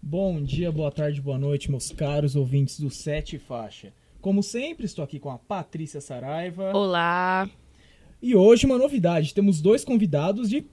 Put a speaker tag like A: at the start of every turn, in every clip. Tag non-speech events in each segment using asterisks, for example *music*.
A: Bom dia, boa tarde, boa noite, meus caros ouvintes do Sete Faixa. Como sempre, estou aqui com a Patrícia Saraiva.
B: Olá.
A: E hoje uma novidade, temos dois convidados de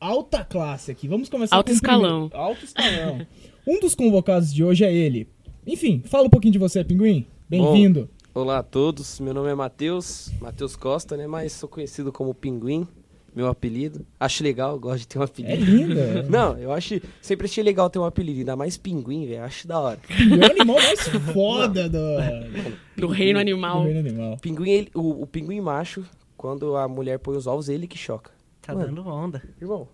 A: alta classe aqui. Vamos começar
B: Alto
A: com o
B: escalão.
A: primeiro. Alto escalão. um dos convocados de hoje é ele. Enfim, fala um pouquinho de você, Pinguim. Bem-vindo.
C: Olá a todos, meu nome é Matheus, Matheus Costa, né? Mas sou conhecido como Pinguim, meu apelido. Acho legal, gosto de ter um
A: É
C: apelido.
A: linda.
C: *laughs* Não, eu acho. Sempre achei legal ter um apelido, ainda mais pinguim, velho. Acho da hora.
A: E é o animal mais foda do,
B: Do reino
A: do
B: animal.
A: reino animal.
C: Pinguim, ele- o, o pinguim macho, quando a mulher põe os ovos, ele que choca.
D: Tá
C: Mano.
D: dando onda.
C: Irmão.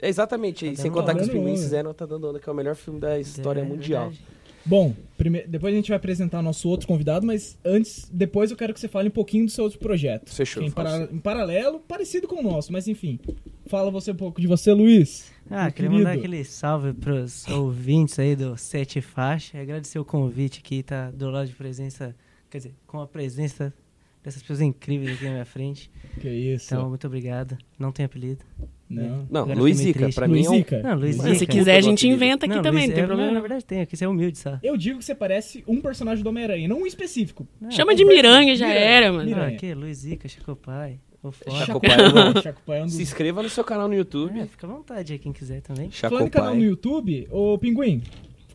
C: É exatamente, e
D: Tá
C: sem
D: dando
C: contar que
D: onda.
C: os
A: Dando
C: pinguins
A: onda.
C: fizeram Tá Dando Onda, que é o melhor filme da história
D: É
C: mundial.
D: verdade.
A: Bom, prime- depois a gente vai apresentar nosso outro convidado, mas antes, depois eu quero que você fale um pouquinho do seu outro projeto.
C: Fechou,
A: Que é em,
C: faço.
A: para- em paralelo, parecido com o nosso, mas enfim. Fala você um pouco de você, Luiz.
D: Ah,
A: Meu
D: queria
A: querido.
D: mandar aquele salve pros ouvintes aí do Sete Faixa. Agradecer o convite aqui, tá do lado de presença, quer dizer, com a presença dessas pessoas incríveis aqui na minha frente.
A: Que isso.
D: Então, muito obrigado. Não tem apelido.
A: Não.
C: Não,
D: Agora eu
C: Luiz
D: fiquei
C: Ica,
D: triste.
C: pra mim é um.
A: Luizica.
D: Não, Luiz
B: Mano, se
D: Zica.
B: quiser, a
C: Puta
B: gente
C: do apelido.
B: inventa Tá aqui
D: Não,
B: também,
D: Luiz-
B: não tem
D: é, Na
B: problema.
D: verdade tem, aqui você é humilde, sabe?
A: Eu digo que você parece um personagem do Homem-Aranha, não um específico.
D: Não, um
B: Chama de Miranha, já era, mano.
A: Miranha.
D: Ah, aqui, Luiz Zica, Chacopai,
C: É
D: o Foda.
C: Chacopai,
A: Chacopai, *laughs*
C: não.
A: Chacopai é um dos...
C: Se inscreva no seu canal no YouTube.
D: É, fica à vontade aí, quem quiser também.
A: Falando em
D: um
A: canal no
C: Chacopai.
A: YouTube, ô Pinguim,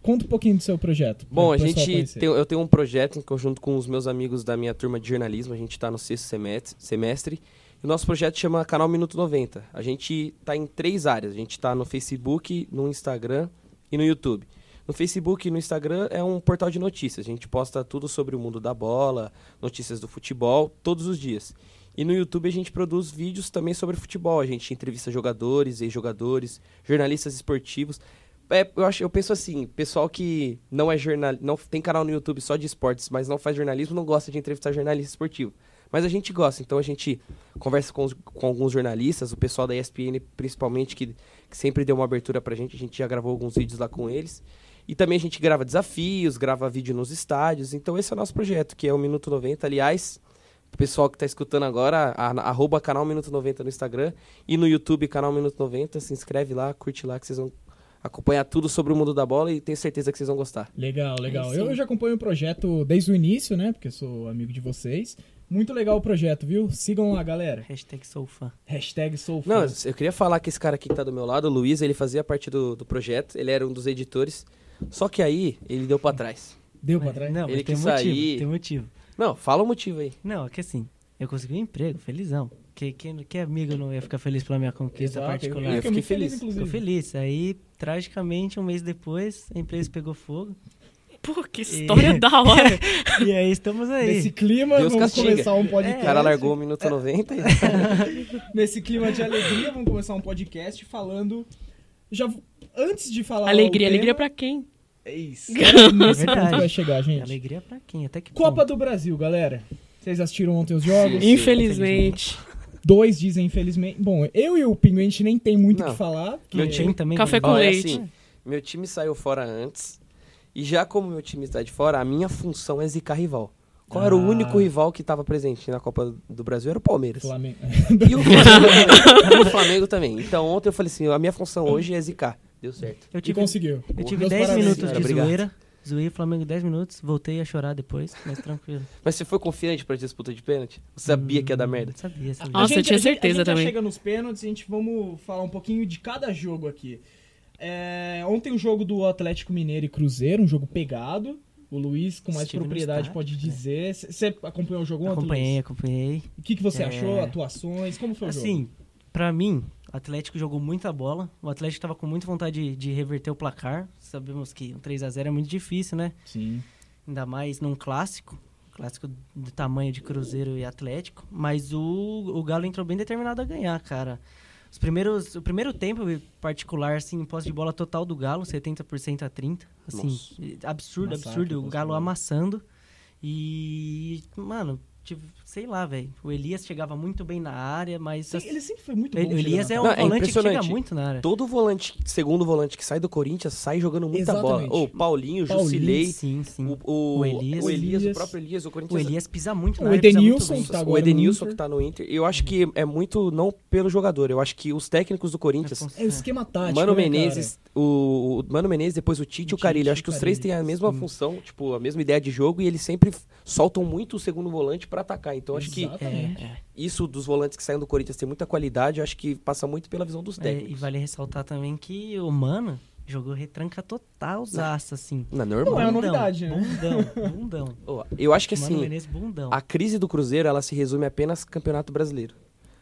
A: conta um pouquinho do seu projeto.
C: Bom, a
A: pro pessoal
C: gente
A: conhecer.
C: tem, eu tenho um projeto em conjunto com os meus amigos da minha turma de jornalismo. A gente está no sexto semestre. semestre e o nosso projeto chama Canal Minuto 90. A gente está em três áreas. A gente está no Facebook, no Instagram e no YouTube. No Facebook e no Instagram é um portal de notícias. A gente posta tudo sobre o mundo da bola, notícias do futebol, todos os dias. E no YouTube a gente produz vídeos também sobre futebol. A gente entrevista jogadores, ex-jogadores, jornalistas esportivos. É, eu, acho, eu penso assim, pessoal que não é jornal, não tem canal no YouTube só de esportes, mas não faz jornalismo, não gosta de entrevistar jornalista esportivo. Mas a gente gosta, então a gente conversa com, os- com alguns jornalistas, o pessoal da ESPN principalmente, que, que sempre deu uma abertura pra gente, a gente já gravou alguns vídeos lá com eles. E também a gente grava desafios, grava vídeo nos estádios, então esse é o nosso projeto, que é o Minuto 90. Aliás, o pessoal que tá escutando agora, a- arroba canal Minuto 90 no Instagram e no YouTube canal Minuto 90, se inscreve lá, curte lá que vocês vão acompanhar tudo sobre o mundo da bola e tenho certeza que vocês vão gostar.
A: Legal, legal.
B: Aí sim.
A: Eu, eu já acompanho o projeto desde o início, né? Porque eu sou amigo de vocês. Muito legal o projeto, viu? Sigam lá, galera.
D: Hashtag sou fã.
A: Hashtag sou fã.
C: Não, eu queria falar que esse cara aqui que tá do meu lado, o Luiz, ele fazia parte do, do projeto, ele era um dos editores, só que aí ele deu pra trás.
A: Deu pra
D: Mas-
A: trás?
D: Não, mas
C: Ele
D: tem
C: quis
D: motivo,
C: sair.
D: tem motivo.
C: Não, fala o motivo aí.
D: Não, é que assim, eu consegui um emprego, felizão. Que, que, que amigo não ia ficar feliz pela minha conquista
A: eu,
D: particular?
A: eu fiquei
C: Eu fiquei
A: muito feliz,
C: feliz.
D: Fico
A: inclusive.
D: feliz. Aí, tragicamente, um mês depois, a empresa
A: *laughs*
D: pegou fogo.
B: Pô, que história da hora.
D: E aí estamos aí.
A: Nesse clima,
C: Deus
A: vamos
C: castiga.
A: começar um
C: O
A: podcast.
C: cara é- largou o minuto 90 e
A: Nesse clima de alegria, vamos começar um podcast falando. Já v- antes de falar.
B: Alegria,
A: o tema-
B: alegria pra quem?
A: É
B: *laughs*
A: Isso. Nesse ponto que vai chegar, gente.
D: Alegria pra quem? Até que
A: Copa
D: ponto?
A: do Brasil, galera. Vocês assistiram ontem os jogos?
C: Sim.
B: Infelizmente.
A: Dois dizem, infelizmente. Bom, eu e o Pinguim, a gente nem tem muito o que
C: Não.
A: falar.
C: Meu
D: Não
A: porque-
C: time
D: tem também
B: Café
D: como-
B: com
C: Ó, é
B: leite.
C: assim, meu time saiu fora antes. E já como meu time está de fora, a minha função é zicar rival. Qual era o
A: Ah.
C: único rival que estava presente na Copa do Brasil? Era o Palmeiras.
A: Flamengo.
C: E o Flamengo, e o Flamengo também. Então ontem eu falei assim, a minha função hoje é zicar. Deu certo.
A: *laughs*
D: Eu
A: E
D: tive,
A: conseguiu.
D: eu tive
A: Meus
D: 10
A: parabéns,
D: minutos
A: cara.
D: de
C: Obrigado.
D: zoeira. Zoei o Flamengo 10 minutos, voltei a chorar depois, mas tranquilo.
C: Mas você foi confiante pra disputa de pênalti? Você sabia que ia dar merda? Ah,
D: Sabia, sabia.
B: Nossa,
A: Tá. A
B: eu tinha
A: a
B: certeza
A: a gente já
B: também.
A: chega nos pênaltis, a gente vamos falar um pouquinho de cada jogo aqui. É, ontem o jogo do Atlético Mineiro e Cruzeiro, um jogo pegado. O Luiz, com mais
D: Estive no
A: propriedade,
D: estádio,
A: pode
D: né?
A: dizer. Você acompanhou o jogo ontem?
D: acompanhei,
A: Luiz?
D: acompanhei.
A: O que, que você
D: É.
A: achou? Atuações? Como foi o jogo?
D: Assim, pra mim, o Atlético jogou muita bola. O Atlético tava com muita vontade de, de reverter o placar. Sabemos que um 3x0 é muito difícil, né?
A: Sim.
D: Ainda mais num clássico. Clássico do tamanho de Cruzeiro e Atlético. Mas o, o Galo entrou bem determinado a ganhar, cara. Os primeiros, o primeiro tempo, em particular, assim, posse de bola total do Galo, 70% a 30%. Assim,
C: Nossa.
D: absurdo,
A: Massacre,
D: absurdo. O
A: posse de
D: Galo
A: bola.
D: amassando. E, mano, Tipo, sei lá, velho. O Elias chegava muito bem na área, mas. assim,
A: Sim, ele sempre foi muito bom.
D: o Elias é
A: chegando
D: um
C: Não, é
D: volante que chega
C: impressionante.
D: muito na área.
C: Todo volante, segundo volante que sai do Corinthians, sai jogando muita
A: Exatamente.
C: bola. Ô,
A: Paulinho,
C: Paulinho, Jusilei,
D: Sim, sim.
C: o, o,
D: O
C: o,
D: Elias.
C: Elias, o
A: Elias.
C: próprio Elias, o
D: O
C: Corinthians.
D: Elias pisa muito
A: O
D: na área. pisa muito
A: Edenilson
D: bem.
A: tá
C: o
A: agora no
C: Edenilson
A: Inter.
C: que tá no Inter. Eu acho que é muito não pelo jogador, eu acho que os técnicos do Corinthians,
D: Afonso,
A: É o esquema tático.
C: Mano
A: né, cara?
C: Menezes, o, o Mano Menezes, depois o Tite e
A: O
C: o Carilho,
A: Tite,
C: acho que
A: o
C: os três têm
A: Carille,
C: a mesma
A: sim.
C: função, tipo, a mesma ideia de jogo e eles sempre f- soltam muito o segundo volante pra atacar. Então acho
D: é,
C: que
A: Exatamente.
C: isso dos volantes que saem do Corinthians tem muita qualidade, eu acho que passa muito pela visão dos
D: é, é, e
C: técnicos.
D: vale ressaltar também que o Mano jogou retranca total, zaça, assim.
C: Não é
A: Não é
C: normal.
A: uma novidade, né?
D: Bundão, bundão.
C: Ó, Eu acho *laughs* que
D: Mano
C: assim,
D: Menezes, bundão.
C: a crise do Cruzeiro, ela se resume apenas ao Campeonato Brasileiro.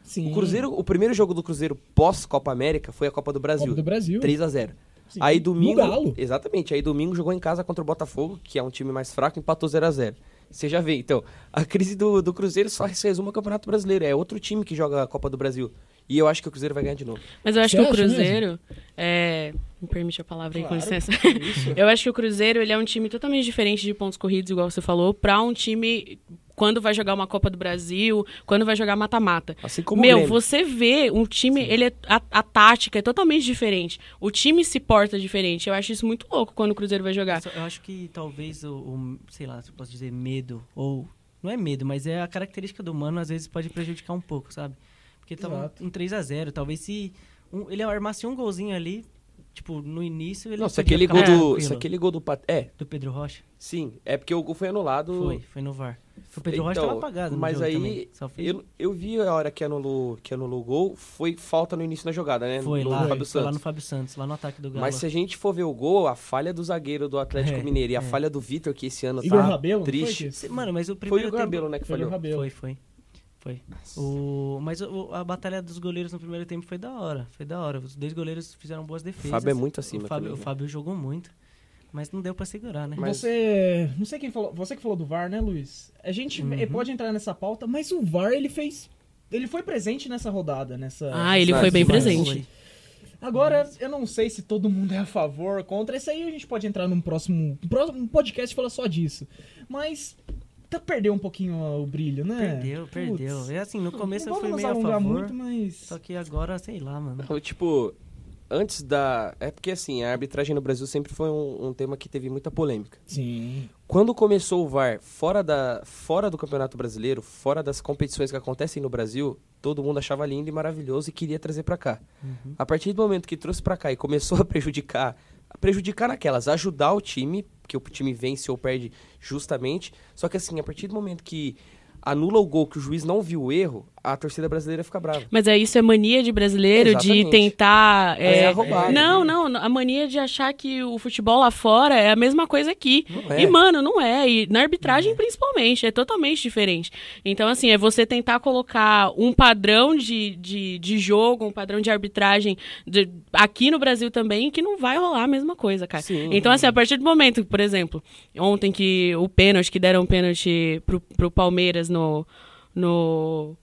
A: Sim.
C: O Cruzeiro, o primeiro jogo do Cruzeiro pós Copa América foi a Copa do
A: Copa
C: Brasil,
A: do Brasil.
C: 3 a 0.
A: Sim.
C: Aí domingo.
A: No Galo.
C: Exatamente. Aí domingo jogou em casa contra o Botafogo, que é um time mais fraco, empatou 0x0. Você já vê, então, a crise do, do Cruzeiro só se resume ao Campeonato Brasileiro. É outro time que joga a Copa do Brasil. E eu acho que o Cruzeiro vai ganhar de novo.
B: Mas eu acho
A: Você
B: que o
A: acha
B: Cruzeiro. É... Me permite a palavra aí, com
A: Claro.
B: licença. *laughs* Eu acho que o Cruzeiro ele é um time totalmente diferente de pontos corridos, igual você falou, pra um time quando vai jogar uma Copa do Brasil, quando vai jogar mata-mata.
C: Assim como
B: Meu,
C: o Grêmio.
B: você vê um time, ele é, a, a tática é totalmente diferente. O time se porta diferente. Eu acho isso muito louco quando o Cruzeiro vai jogar.
D: Só- Eu acho que talvez o, o- sei lá, se eu posso dizer medo ou não é medo, mas é a característica do mano às vezes pode prejudicar um pouco, sabe? Porque tava
A: Exato.
D: um 3 a 0, talvez se um- ele armasse um golzinho ali, tipo, no início ele
C: Não, se
D: podia
C: aquele, gol
D: ficar
C: do,
D: mais
C: se
D: tranquilo.
C: aquele gol do. Pat- É,
D: do Pedro Rocha.
C: sim. É porque o gol foi anulado.
D: Foi, foi no VAR. O Pedro Rocha
C: Então,
D: tava apagado, no
C: Mas
D: jogo
C: aí,
D: também. Só fez-
C: eu, eu vi a hora que anulou, que anulou o gol. Foi falta no início da jogada, né?
D: foi
C: no
D: lá,
C: Fábio
D: foi lá
C: Santos.
D: no Fábio Santos, lá no ataque do Galo.
C: Mas se a gente for ver o gol, a falha do zagueiro do Atlético
D: É,
C: Mineiro e a
D: é.
C: falha do Vitor, que esse ano
A: Igor
C: tá
A: Rabelo, não foi
C: triste.
A: que-
D: Se- Mano, mas o
C: Foi
D: primeiro
C: o Igor
D: tempo...
C: Rabelo, né, que
A: Foi o
C: falhou.
A: Rabelo.
D: Foi, foi. Foi. O... Mas o- a batalha dos goleiros no primeiro tempo foi da hora. Foi da hora. Os dois goleiros fizeram boas defesas.
C: Fábio é muito acima
D: O Fábio,
C: também,
D: o
C: né?
D: Fábio jogou muito. Mas não deu pra segurar, né?
C: Mas-
A: Você. Não sei quem falou. Você que falou do VAR, né, Luiz? A gente eh, pode entrar nessa pauta, mas o VAR ele fez. Ele foi presente nessa rodada, nessa.
B: Ah, ele
C: Sabe,
B: foi bem
C: demais.
B: presente.
A: Agora, eu não sei se todo mundo é a favor ou contra. Isso aí a gente pode entrar num próximo, um próximo um podcast e falar só disso. Mas tá, perdeu um pouquinho ó, o brilho,
C: É,
A: né?
D: Perdeu,
A: Putz.
D: perdeu. É assim, no começo
A: não
D: eu fui
A: vamos nos
D: meio a
A: alongar
D: favor.
A: muito, mas...
D: Só que agora, sei lá, mano.
C: *laughs* Então, tipo, antes da. É porque assim, a arbitragem no Brasil sempre foi um, um tema que teve muita polêmica.
A: Sim.
C: Quando começou o VAR fora, da, fora do Campeonato Brasileiro, fora das competições que acontecem no Brasil, todo mundo achava lindo e maravilhoso e queria trazer pra cá.
B: Uhum.
C: A partir do momento que trouxe pra cá e começou *laughs* a prejudicar, a prejudicar naquelas, ajudar o time, porque o time vence ou perde justamente. Só que assim, a partir do momento que anula o gol que o juiz não viu o erro, a torcida brasileira fica brava.
B: Mas é isso, é mania de brasileiro de
C: Exatamente.
B: tentar.
C: é
B: é,
C: roubado,
B: Não,
C: né?
B: não, a mania de achar que o futebol lá fora é a mesma coisa aqui.
C: Não é.
B: E, mano, não é. E na arbitragem, principalmente, é totalmente diferente. Então, assim, é você tentar colocar um padrão de, de, de jogo, um padrão de arbitragem de- aqui no Brasil também, que não vai rolar a mesma coisa, cara.
C: Sim.
B: Então, assim, a partir do momento, por exemplo, ontem que o pênalti, que deram o pênalti pro, pro Palmeiras no. no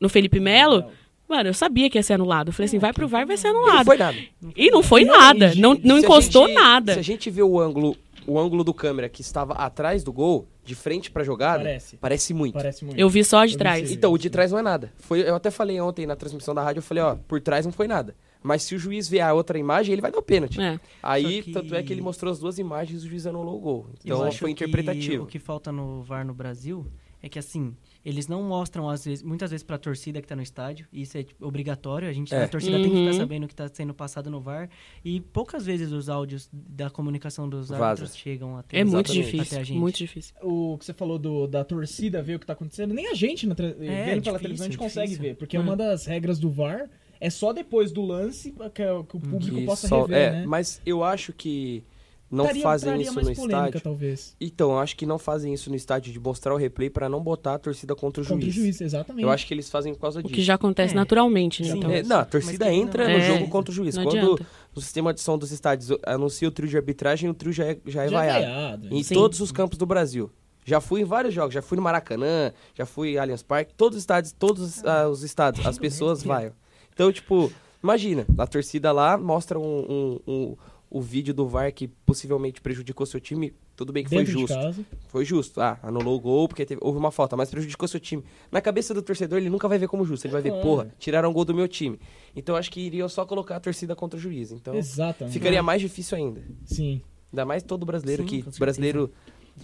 B: no Felipe Melo, Mano, eu sabia que ia ser anulado. Eu falei assim, vai pro VAR, vai ser
C: E não
B: anulado.
C: foi nada.
B: E não foi nada.
A: E,
B: Não, não
C: Se a
B: encostou
C: gente- Se
B: nada.
C: a gente vê o ângulo, o ângulo do câmera que estava atrás do gol, de frente pra jogada,
A: Parece.
C: muito.
A: Parece muito.
B: Eu vi só
A: Eu
B: de
A: não
B: trás.
A: sei.
C: Então, o de trás não é nada. Foi, eu até falei ontem na transmissão da rádio, eu falei, ó, por trás não foi nada. Mas se o juiz ver a outra imagem, ele vai dar o pênalti.
B: É.
C: Aí,
D: Só que-
C: tanto é que ele mostrou as duas imagens e o juiz anulou o gol.
D: Eu
C: Então,
D: acho
C: foi
D: que O
C: interpretativo.
D: que falta no VAR no Brasil é que, assim, eles não mostram, às vezes, muitas vezes, pra torcida que tá no estádio. e Isso é tipo, obrigatório. A gente,
C: É.
D: a torcida tem que
B: Uhum.
D: ficar sabendo o que tá sendo passado no VAR. E poucas vezes os áudios da comunicação dos
C: Vaza.
D: árbitros chegam até
B: É muito
C: Exatamente.
D: até a
B: difícil.
D: gente.
B: Muito difícil.
A: O que você falou do, da torcida ver o que tá acontecendo, nem a gente na tra- vendo pela
D: difícil,
A: televisão a gente
D: é
A: consegue
D: difícil.
A: ver, porque uma das regras do VAR é só depois do lance que, que o
D: Hum.
A: público
C: Que
A: possa
C: só-
A: rever,
C: é,
A: né?
C: Mas eu acho que não
A: Traria-
C: fazem
A: traria
C: isso
A: mais
C: no
A: polêmica,
C: estádio.
A: talvez.
C: Então, eu acho que não fazem isso no estádio de mostrar o replay pra não botar a torcida contra o
A: Contra o
C: juiz.
A: juiz, exatamente.
C: Eu acho que eles fazem por causa
B: O
C: disso.
B: que já acontece
D: É.
B: naturalmente, né?
D: Sim.
B: Então,
C: É, não, a torcida
D: Mas que-
C: entra
B: É,
C: no jogo contra o juiz.
B: não
C: Quando
B: adianta.
C: o sistema de som dos estádios anuncia o trio de arbitragem, o trio já é, já
A: Já
C: é
A: é
C: vaiado.
A: vaiado,
C: Em
B: Sim.
C: todos os campos do Brasil. Já fui em vários jogos, já fui no Maracanã, já fui em Allianz Parque, todos os estádios, todos ah, os estados, as pessoas vaiam. Então, tipo, imagina, a torcida lá mostra um, um- um- o vídeo do VAR que possivelmente prejudicou seu time Tudo bem que
A: Dentro
C: foi
A: de
C: justo.
A: casa.
C: Foi justo. Ah, anulou o gol porque teve- houve uma falta, mas prejudicou seu time. Na cabeça do torcedor, ele nunca vai ver como justo. Ele vai ver,
A: É.
C: porra, tiraram o gol do meu time. Então acho que iriam só colocar a torcida contra o juiz. Então
A: Exatamente.
C: ficaria mais difícil ainda.
A: Sim.
C: Ainda mais todo brasileiro
D: né? Sim,
C: que.
D: com certeza.
C: Brasileiro.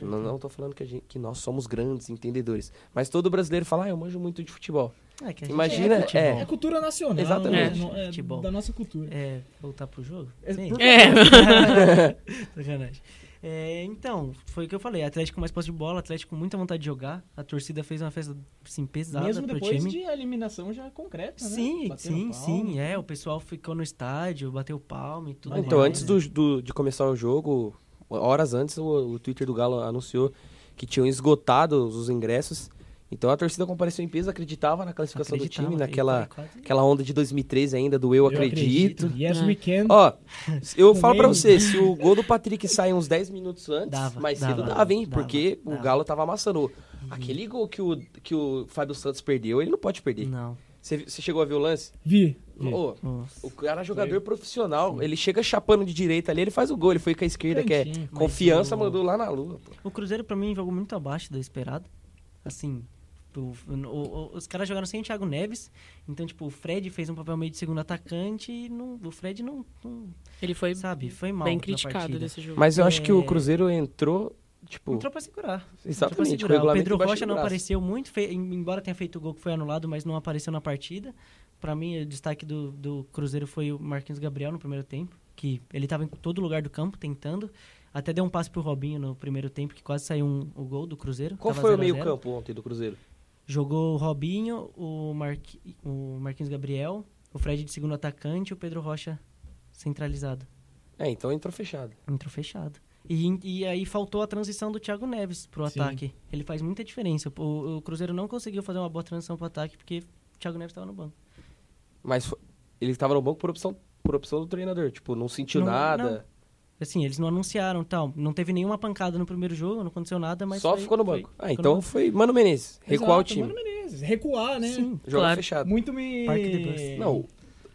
C: Não, não tô falando que, a gente- que nós somos grandes entendedores. Mas todo brasileiro fala, ah, eu manjo muito de futebol.
D: É, que a gente
C: Imagina,
D: é futebol.
A: É, cultura nacional.
C: Exatamente.
A: né? É,
D: Futebol.
A: da nossa cultura.
D: É, voltar pro jogo?
A: É,
D: Sim.
A: por
B: É,
D: *laughs* Sacanagem. É, então, foi o que eu falei. Atlético com mais posse de bola, Atlético com muita vontade de jogar. A torcida fez uma festa assim, pesada
A: Mesmo
D: pro
A: depois
D: time.
A: de eliminação já concreta, né?
D: Sim,
A: Bateram
D: sim,
A: palma.
D: sim. É, o pessoal ficou no estádio, bateu palma e tudo
C: então,
D: mais. né?
C: antes do- do- de começar o jogo, horas antes, o, o Twitter do Galo anunciou que tinham esgotado os ingressos. Então a torcida compareceu em peso, acreditava na classificação
D: Acreditava,
C: do
D: tá
C: time,
D: acreditava,
C: naquela,
D: quase.
C: aquela onda de 2013 ainda do eu, acredito.
A: Yes,
D: É.
A: we can.
D: *laughs*
C: Ó, se- eu
A: Com
C: falo pra
A: ele.
C: você, se o gol do Patrick sai uns 10 minutos antes,
D: Dava,
C: mais cedo
D: dava,
C: dava, hein?
D: dava,
C: porque
D: dava. Uhum.
C: o Galo tava amassando. Aquele gol que o, que o Fábio Santos perdeu, ele não pode perder.
D: Não.
C: Você vi- você chegou a ver o lance?
A: Vi. vi.
C: Ô,
D: Nossa.
C: o cara é jogador profissional. Ele chega chapando de direita ali, ele faz o gol. Ele foi com a esquerda, que é
A: Cantinho, mas
C: confiança,
D: o-
C: mandou lá na lua. Pô.
D: O Cruzeiro, pra mim, jogou muito abaixo do esperado. Assim, o- o- o- os caras jogaram sem o Thiago Neves. Então, tipo, o Fred fez um papel meio de segundo atacante e não- o Fred não, não-
B: ele foi
D: sabe, foi mal
B: bem
D: na
B: criticado
D: partida.
B: desse jogo.
C: Mas eu
D: É.
C: acho que o Cruzeiro entrou, tipo...
D: Entrou pra segurar. Entrou pra
C: Exatamente, com o
D: segurar. Tipo assim, O
C: regulamento
D: Pedro
C: embaixo
D: Rocha
C: do
D: não
C: braço.
D: apareceu muito, fe- em- embora tenha feito o gol que foi anulado, mas não apareceu na partida. Pra mim, o destaque do, do Cruzeiro foi o Marquinhos Gabriel no primeiro tempo, que ele tava em todo lugar do campo tentando. Até deu um passe pro Robinho no primeiro tempo, que quase saiu um- o gol do Cruzeiro.
C: Qual
D: Tava
C: foi o
D: 0 a 0.
C: meio-campo ontem do Cruzeiro?
D: Jogou o Robinho, o, Marqui- o Marquinhos Gabriel, o Fred de segundo atacante e o Pedro Rocha centralizado.
C: É, então entrou fechado.
D: Entrou fechado. E, e aí faltou a transição do Thiago Neves pro
A: Sim.
D: ataque. Ele faz muita diferença. O, o Cruzeiro não conseguiu fazer uma boa transição pro ataque porque o Thiago Neves tava no banco.
C: Mas fo- ele tava no banco por opção, por opção do treinador. Tipo, não sentiu
D: Não-
C: nada.
D: Assim, eles não anunciaram tal. Não teve nenhuma pancada no primeiro jogo, não aconteceu nada, mas.
C: só
D: foi-
C: ficou no
D: foi-
C: banco. ah,
D: ficou
C: então
D: no banco.
C: foi Mano Menezes. Recuar o
A: Exato,
C: time.
A: Mano Menezes, recuar, né?
D: Sim.
C: Jogar
B: Claro.
C: fechado.
A: Muito me.
D: Parque de Bus.
C: Não,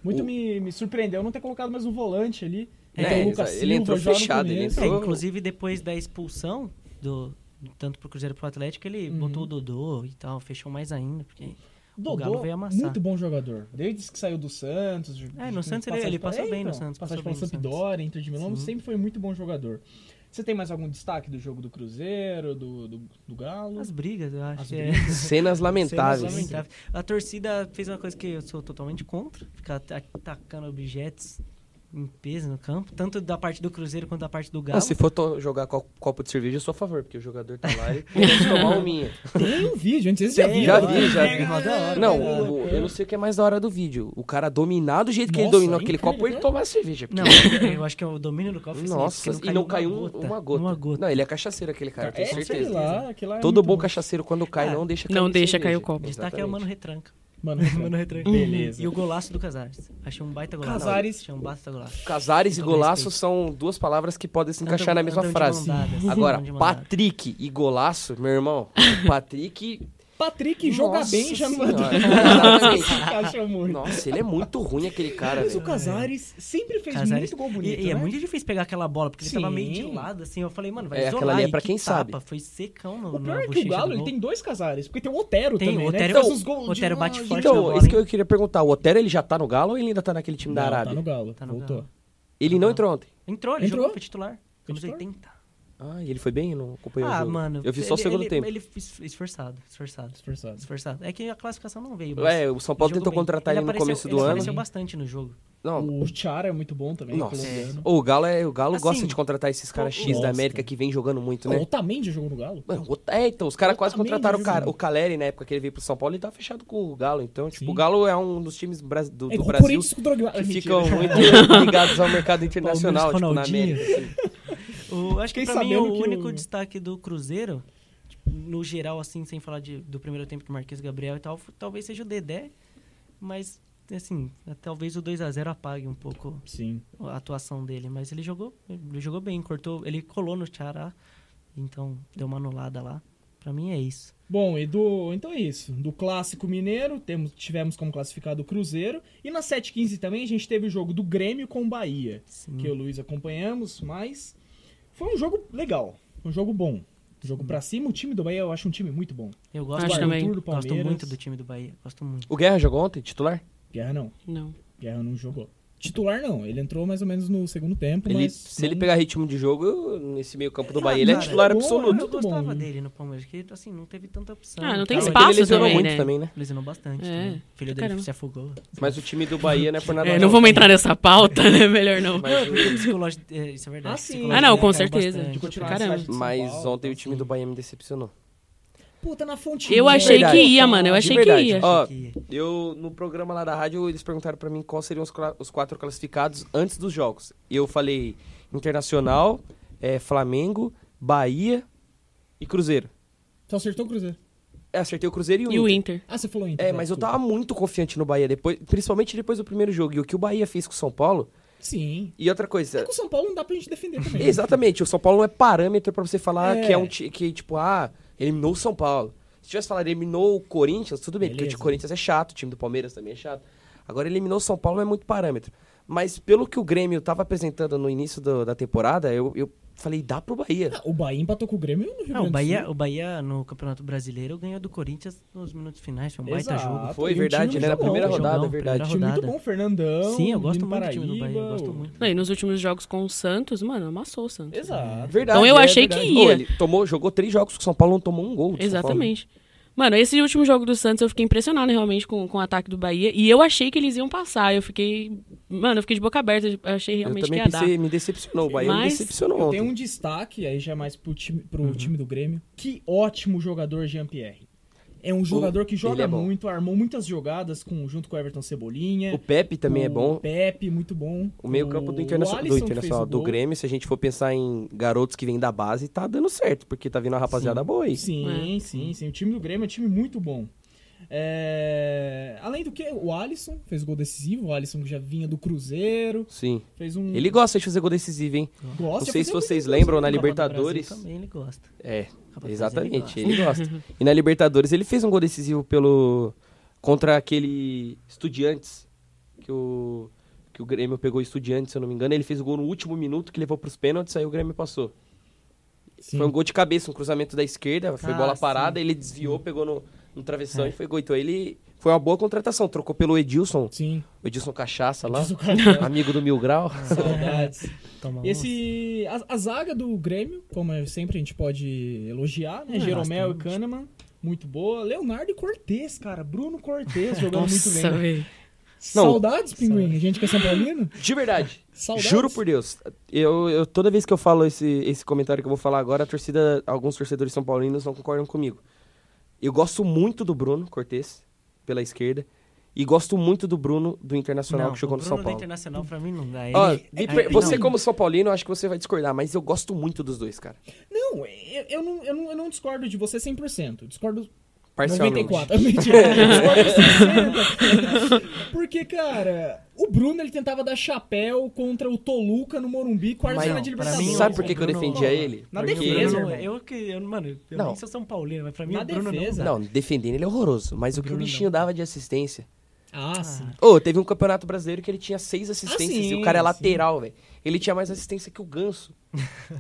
A: Muito
C: O-
A: me, me surpreendeu não ter colocado mais um volante ali.
C: É,
A: Então, o Lucas
C: ele
A: Silva
C: entrou
A: já no
C: fechado, né? ele
A: começo.
D: É,
C: entrou-
D: inclusive, depois da expulsão do. Tanto pro Cruzeiro quanto pro Atlético, ele
A: Uhum.
D: botou o Dodô e tal, fechou mais ainda. Porque...
A: Dodô,
D: Galo veio amassar.
A: muito bom jogador. Desde que saiu do Santos.
D: É, no Santos ele- ele passou bem no Santos,
A: Passagem então, pelo
D: passou bem no
A: Sampdoria, Inter de Milão,
D: Sim.
A: sempre foi muito bom jogador. Você tem mais algum destaque do jogo do Cruzeiro, do, do, do
C: Uhum.
A: Galo?
D: As brigas, eu acho.
A: As
D: que é-
A: brigas.
C: cenas lamentáveis.
A: lamentáveis.
D: A torcida fez uma coisa que eu sou totalmente contra, ficar at- atacando objetos em peso no campo, tanto da parte do Cruzeiro quanto da parte do Galo.
C: Ah, se for to- jogar co- copo de cerveja, eu sou a favor, porque o jogador tá
D: *laughs*
C: lá e pode tomar um minha.
A: Tem um vídeo, antes já viu.
C: já
A: né?
C: vi, já
D: vi. Mó da hora,
C: Não,
D: né?
A: Caralho,
C: o-
A: cara.
C: eu não sei o que é mais da hora do vídeo. O cara dominar do jeito que ele
A: Nossa,
C: dominou aquele
A: incrível,
C: copo, ele
A: né?
C: tomar cerveja. porque-
D: é Não, eu acho que é o domínio do
A: assim,
D: cofre.
C: Nossa, e não caiu um- uma gota.
D: Uma gota.
C: Não, ele é cachaceiro aquele cara, eu tenho
A: É, aquele
C: certeza.
A: lá, aquele lá é
C: Todo
A: muito É.
C: bom cachaceiro, quando cai,
D: Ah,
C: não deixa cair
B: não deixa
C: cerveja.
B: cair o copo.
D: O destaque é o Mano Retranca. *laughs*
A: Mano,
D: Mano Retranca.
A: Beleza.
D: E o golaço do Casares. Achei um baita golaço.
A: Casares-
D: Achei um baita golaço.
C: Casares e
D: Todo
C: golaço
D: respeito.
C: são duas palavras que podem se
D: Andam-
C: encaixar na mesma
D: andam de
C: frase.
D: mão dada, assim,
C: Agora,
D: andam de mão dada.
C: Patrick e golaço, meu irmão. o Patrick.
A: Patrick joga
C: Nossa
A: bem, já
C: Senhora.
A: *laughs* mandou. *laughs*
C: Exatamente. *laughs*
A: Se encaixou muito.
C: Nossa, ele é muito ruim aquele cara,
A: Mas o
C: velho.
A: Casares sempre fez
D: Casares-
A: muito gol bonito,
D: e, e é
A: né?
D: muito difícil pegar aquela bola, porque ele tava meio de
A: Sim.
D: lado, assim. Eu falei, mano, vai
C: É,
D: isolar.
C: aquela ali é
D: e
C: pra
D: que
C: quem
D: tapa.
C: sabe.
D: Foi secão no
A: O pior é
D: na
A: que
D: bochecha
A: o
D: do
A: Galo ele
D: gol.
A: tem dois Casares, porque tem o Otero
D: Tem,
A: também,
D: o
A: né?
D: Otero-
A: que faz uns
D: o
A: gols de
D: Otero bate
A: longe.
D: forte na
C: Então,
D: bola,
C: isso que
D: hein?
C: eu queria perguntar. O Otero, ele já tá no Galo ou ele ainda tá naquele time da
A: Não,
C: Arábia?
A: Tá no Galo,
D: Tá no
A: voltou.
D: Galo.
C: Ele não entrou ontem.
D: Entrou, ele
A: Entrou?
D: jogou, foi titular. Anos
A: titular?
D: 80.
C: Ah, e ele foi bem? Eu não acompanhei o
D: Ah,
C: jogo.
D: mano.
C: Eu vi só o
D: ele-
C: segundo
D: ele-
C: tempo.
D: Ele es- esforçado, esforçado,
A: Dispersado.
D: esforçado. É que a classificação não veio. mas
C: É, o São Paulo
D: jogou
C: tentou
D: bem.
C: contratar ele, no
D: apareceu-
C: começo
D: ele
C: do ano.
D: apareceu bastante no jogo.
C: Não,
A: O Chara é muito bom também,
C: nossa.
A: colombiano.
C: Ô, O Galo, é, o Galo
D: Assim,
C: gosta de contratar esses caras X
A: gosta.
C: da América que vem jogando muito,
A: O
C: né?
A: Otamendi jogou no Galo?
C: Mano, o- é, então, os caras quase
A: Otamendi,
C: contrataram o, cara,
A: viu?
C: o Caleri na época que ele veio pro São Paulo e tá fechado com o Galo. Então, tipo,
A: Sim.
C: o Galo é um dos times bra- do,
A: É
C: do
A: igual o
C: Brasil
A: Corinthians com o Drogba.
C: que
A: Ah, mentira. *laughs*
C: ficam muito ligados ao mercado internacional, tipo, na
D: Palmeiras,
C: América. assim.
D: O- acho que
A: Fiquei
D: pra mim
A: sabendo
D: o
A: que
D: único
A: o-
D: destaque do Cruzeiro, tipo, no geral, assim, sem falar de- do primeiro tempo do Marquinhos Gabriel e tal, f- talvez seja o Dedé, mas assim, talvez o 2 a 0 apague um pouco
A: Sim.
D: a atuação dele, mas ele jogou, ele jogou bem, cortou, ele colou no Tchará, então deu uma anulada lá. Pra mim é isso.
A: Bom, e do. Então é isso. Do clássico mineiro, temos, tivemos como classificado o Cruzeiro. E na 7h15 também a gente teve o jogo do Grêmio com o Bahia.
D: Sim.
A: Que eu e o Luiz acompanhamos, mas. Foi um jogo legal. Um jogo bom. Um jogo pra cima, o time do Bahia eu acho um time muito bom.
D: Eu gosto,
B: Acho
D: do-
B: também.
A: Arthur do
D: gosto
A: Palmeiras.
D: muito do time do Bahia. Gosto muito.
C: O Guerra jogou ontem, titular?
A: Guerra não.
B: Não.
A: Guerra não jogou. Titular não, ele entrou mais ou menos no segundo tempo,
C: Ele-
A: mas...
C: se
A: não-
C: ele pegar ritmo de jogo, eu- nesse meio campo do
D: Ah,
C: Bahia, ele é
D: cara,
C: titular
A: é bom,
C: absoluto.
D: Eu
A: muito
D: gostava
A: bom.
D: dele no Palmeiras, que assim, não teve tanta opção.
B: Ah, não tem
D: e tal.
C: Mas
B: espaço
C: ele lesionou
B: também,
C: muito
B: né?
C: também, né?
D: Ele lesionou bastante.
B: É,
D: também. O filho dele
B: caramba.
D: se afogou.
C: Mas o time do Bahia não é por nada.
B: É, não vamos entrar nessa pauta, *laughs* né? Melhor não.
C: Mas, o-
D: Porque psicológico. é, Isso é verdade.
A: Ah, sim.
D: psicológico,
A: Ah, não,
D: né,
B: com
D: caiu
B: certeza.
D: bastante.
A: de continuar
B: Caramba.
A: na cidade de São
C: mas
A: Paulo, tá
C: ontem o time
A: assim.
C: do Bahia me decepcionou.
A: Puta, na fontinha.
B: Eu É achei
C: verdade.
B: que ia, mano. Eu
C: De
B: achei que
C: verdade.
B: ia.
C: Ó,
D: Que-
C: eu, no programa lá da rádio, eles perguntaram pra mim quais seriam os, cla- os quatro classificados antes dos jogos. Eu falei Internacional, eh, Flamengo, Bahia e Cruzeiro.
A: Só acertou o Cruzeiro.
C: É, acertei o Cruzeiro e o,
B: E o Inter.
C: Inter.
B: né?
A: Ah, você falou Inter.
C: É,
A: tá,
C: mas eu
A: desculpa.
C: tava muito confiante no Bahia, depois, principalmente depois do primeiro jogo. E o que o Bahia fez com o São Paulo.
A: Sim.
C: E outra coisa.
A: É que o São Paulo não dá pra gente defender também.
C: *laughs* Exatamente, o São Paulo não é parâmetro pra você falar
A: É.
C: que é um ti- que tipo, ah, eliminou o São Paulo. Se tivesse falado eliminou o Corinthians, tudo bem, porque o
A: Beleza.
C: de Corinthians é chato, o time do Palmeiras também é chato. Agora eliminou o São Paulo não é muito parâmetro. Mas pelo que o Grêmio tava apresentando no início do- da temporada, eu, eu falei, dá pro Bahia.
A: Ah, O Bahia empatou com o Grêmio no Rio
D: Não,
A: Grande
D: o
A: do
D: Bahia,
A: Sul.
D: o Bahia no Campeonato Brasileiro ganhou do Corinthians nos minutos finais. Foi um baita
A: Exato.
D: jogo.
C: Foi
A: e o
C: verdade,
A: time
C: né? Na
A: jogou,
C: primeira
A: jogou,
C: rodada, é
D: jogou,
C: verdade.
D: primeira
A: Time muito
D: rodada.
A: bom, Fernandão.
D: Sim, eu gosto
A: Nino
D: muito do time do Bahia. Eu
A: Paraíba,
D: gosto
A: o-
D: muito.
B: Não, E nos últimos jogos com o Santos, mano, amassou o Santos.
A: Exato.
C: Verdade,
B: Então eu
C: é
B: achei
C: verdade.
B: que ia.
C: Pô, ele tomou, jogou três jogos com o São Paulo, não tomou um gol. do São
B: Exatamente. Mano, esse último jogo do Santos eu fiquei impressionado né, realmente com, com o ataque do Bahia. E eu achei que eles iam passar. Eu fiquei. Mano, eu fiquei de boca aberta. Eu achei
C: Paulo. Eu
B: realmente que
C: também
B: ia
C: pensei,
B: dar.
C: me decepcionou. O Bahia me
B: Mas
C: decepcionou
A: Eu
C: ontem.
A: tenho um destaque, aí já é mais pro time, pro
D: Uhum.
A: time do Grêmio. Que ótimo jogador Jean-Pierre. É um jogador que joga
C: ele é bom.
A: muito, armou muitas jogadas com, junto com o Everton Cebolinha.
C: O Pepe também é bom.
A: O Pepe, muito bom.
C: O meio-campo do, Interna-
A: o
C: do
A: Alisson que
C: Internacional
A: fez o
C: do
A: gol.
C: Grêmio, se a gente for pensar em garotos que vêm da base, tá dando certo, porque tá vindo uma rapaziada boa aí.
A: Sim, sim, sim. O time do Grêmio é um time muito bom. É, Além do que, o Alisson fez gol decisivo. O Alisson que já vinha do Cruzeiro.
C: Sim.
A: Fez um.
C: Ele gosta de fazer gol decisivo, hein?
A: gosta
C: Não
A: de
C: sei se
A: fazer
C: vocês
A: gol.
C: lembram, na
D: Copa do
C: Libertadores.
D: Brasil Também ele gosta.
C: É,
D: do Brasil
C: exatamente,
D: ele
C: ele gosta.
A: *laughs*
C: E na Libertadores ele fez um gol decisivo pelo. contra aquele Estudiantes. Que o. Que o Grêmio pegou Estudiantes, se eu não me engano. Ele fez o gol no último minuto que levou pros pênaltis, aí o Grêmio passou.
A: Sim.
C: Foi um gol de cabeça, um cruzamento da esquerda, foi
D: Ah,
C: bola
D: sim.
C: parada, ele desviou, pegou no, no travessão
D: É.
C: e foi gol. Então ele foi uma boa contratação, trocou pelo Edilson,
A: Sim.
C: o Edilson Cachaça lá,
A: Diz o cara.
C: amigo do Mil
D: *laughs*
C: Grau.
A: Saudades.
D: Toma um.
A: Esse, a, a zaga do Grêmio, como é sempre a gente pode elogiar, né?
D: É,
A: Jeromel e
D: bastante.
A: Kahneman, muito boa. Leonardo e Cortez, cara. Bruno Cortez jogando muito bem.
B: Nossa,
C: né?
B: velho.
A: Saudades, Pinguim. A gente que é São Paulino?
C: De verdade,
A: Saudades.
C: juro por Deus. Eu, eu- toda vez que eu falo esse, esse comentário que eu vou falar agora, a torcida, alguns torcedores são paulinos não concordam comigo. Eu gosto muito do Bruno Cortez, pela esquerda, e gosto muito do Bruno do Internacional
D: Não,
C: que jogou
D: o
C: no
D: Bruno
C: São
D: do
C: Paulo.
D: Internacional pra mim não dá. Ele-
C: Ó,
D: ele-
C: me per-
D: ele-
C: você,
D: não.
C: como São Paulino, eu acho que você vai discordar, mas eu gosto muito dos dois, cara.
A: Não, eu, eu não, eu, não, eu não discordo de você 100%. Discordo
C: Parcialmente.
A: 94. *laughs* Mentira. discordo 60. Porque, cara, o Bruno ele tentava dar chapéu contra o Toluca no Morumbi, quarta
C: Mas
A: final de
D: pra
A: Libertadores.
D: mim,
C: Sabe por que, que eu
D: o Bruno-
C: defendia ele?
A: Na
D: Pra mim, o
A: defesa,
D: Bruno-
A: irmão.
D: Eu que. Eu, mano, eu
C: Não.
D: nem sou São Paulino, mas pra mim
A: Na
D: o Bruno
A: defesa.
D: não.
C: Não, defendendo ele é horroroso, mas o que o bichinho dava de assistência.
A: Ah, sim.
C: Ô, teve um campeonato brasileiro que ele tinha seis assistências
B: Ah,
A: sim,
C: e o cara é
A: sim.
C: lateral, velho. Ele tinha mais assistência que o Ganso.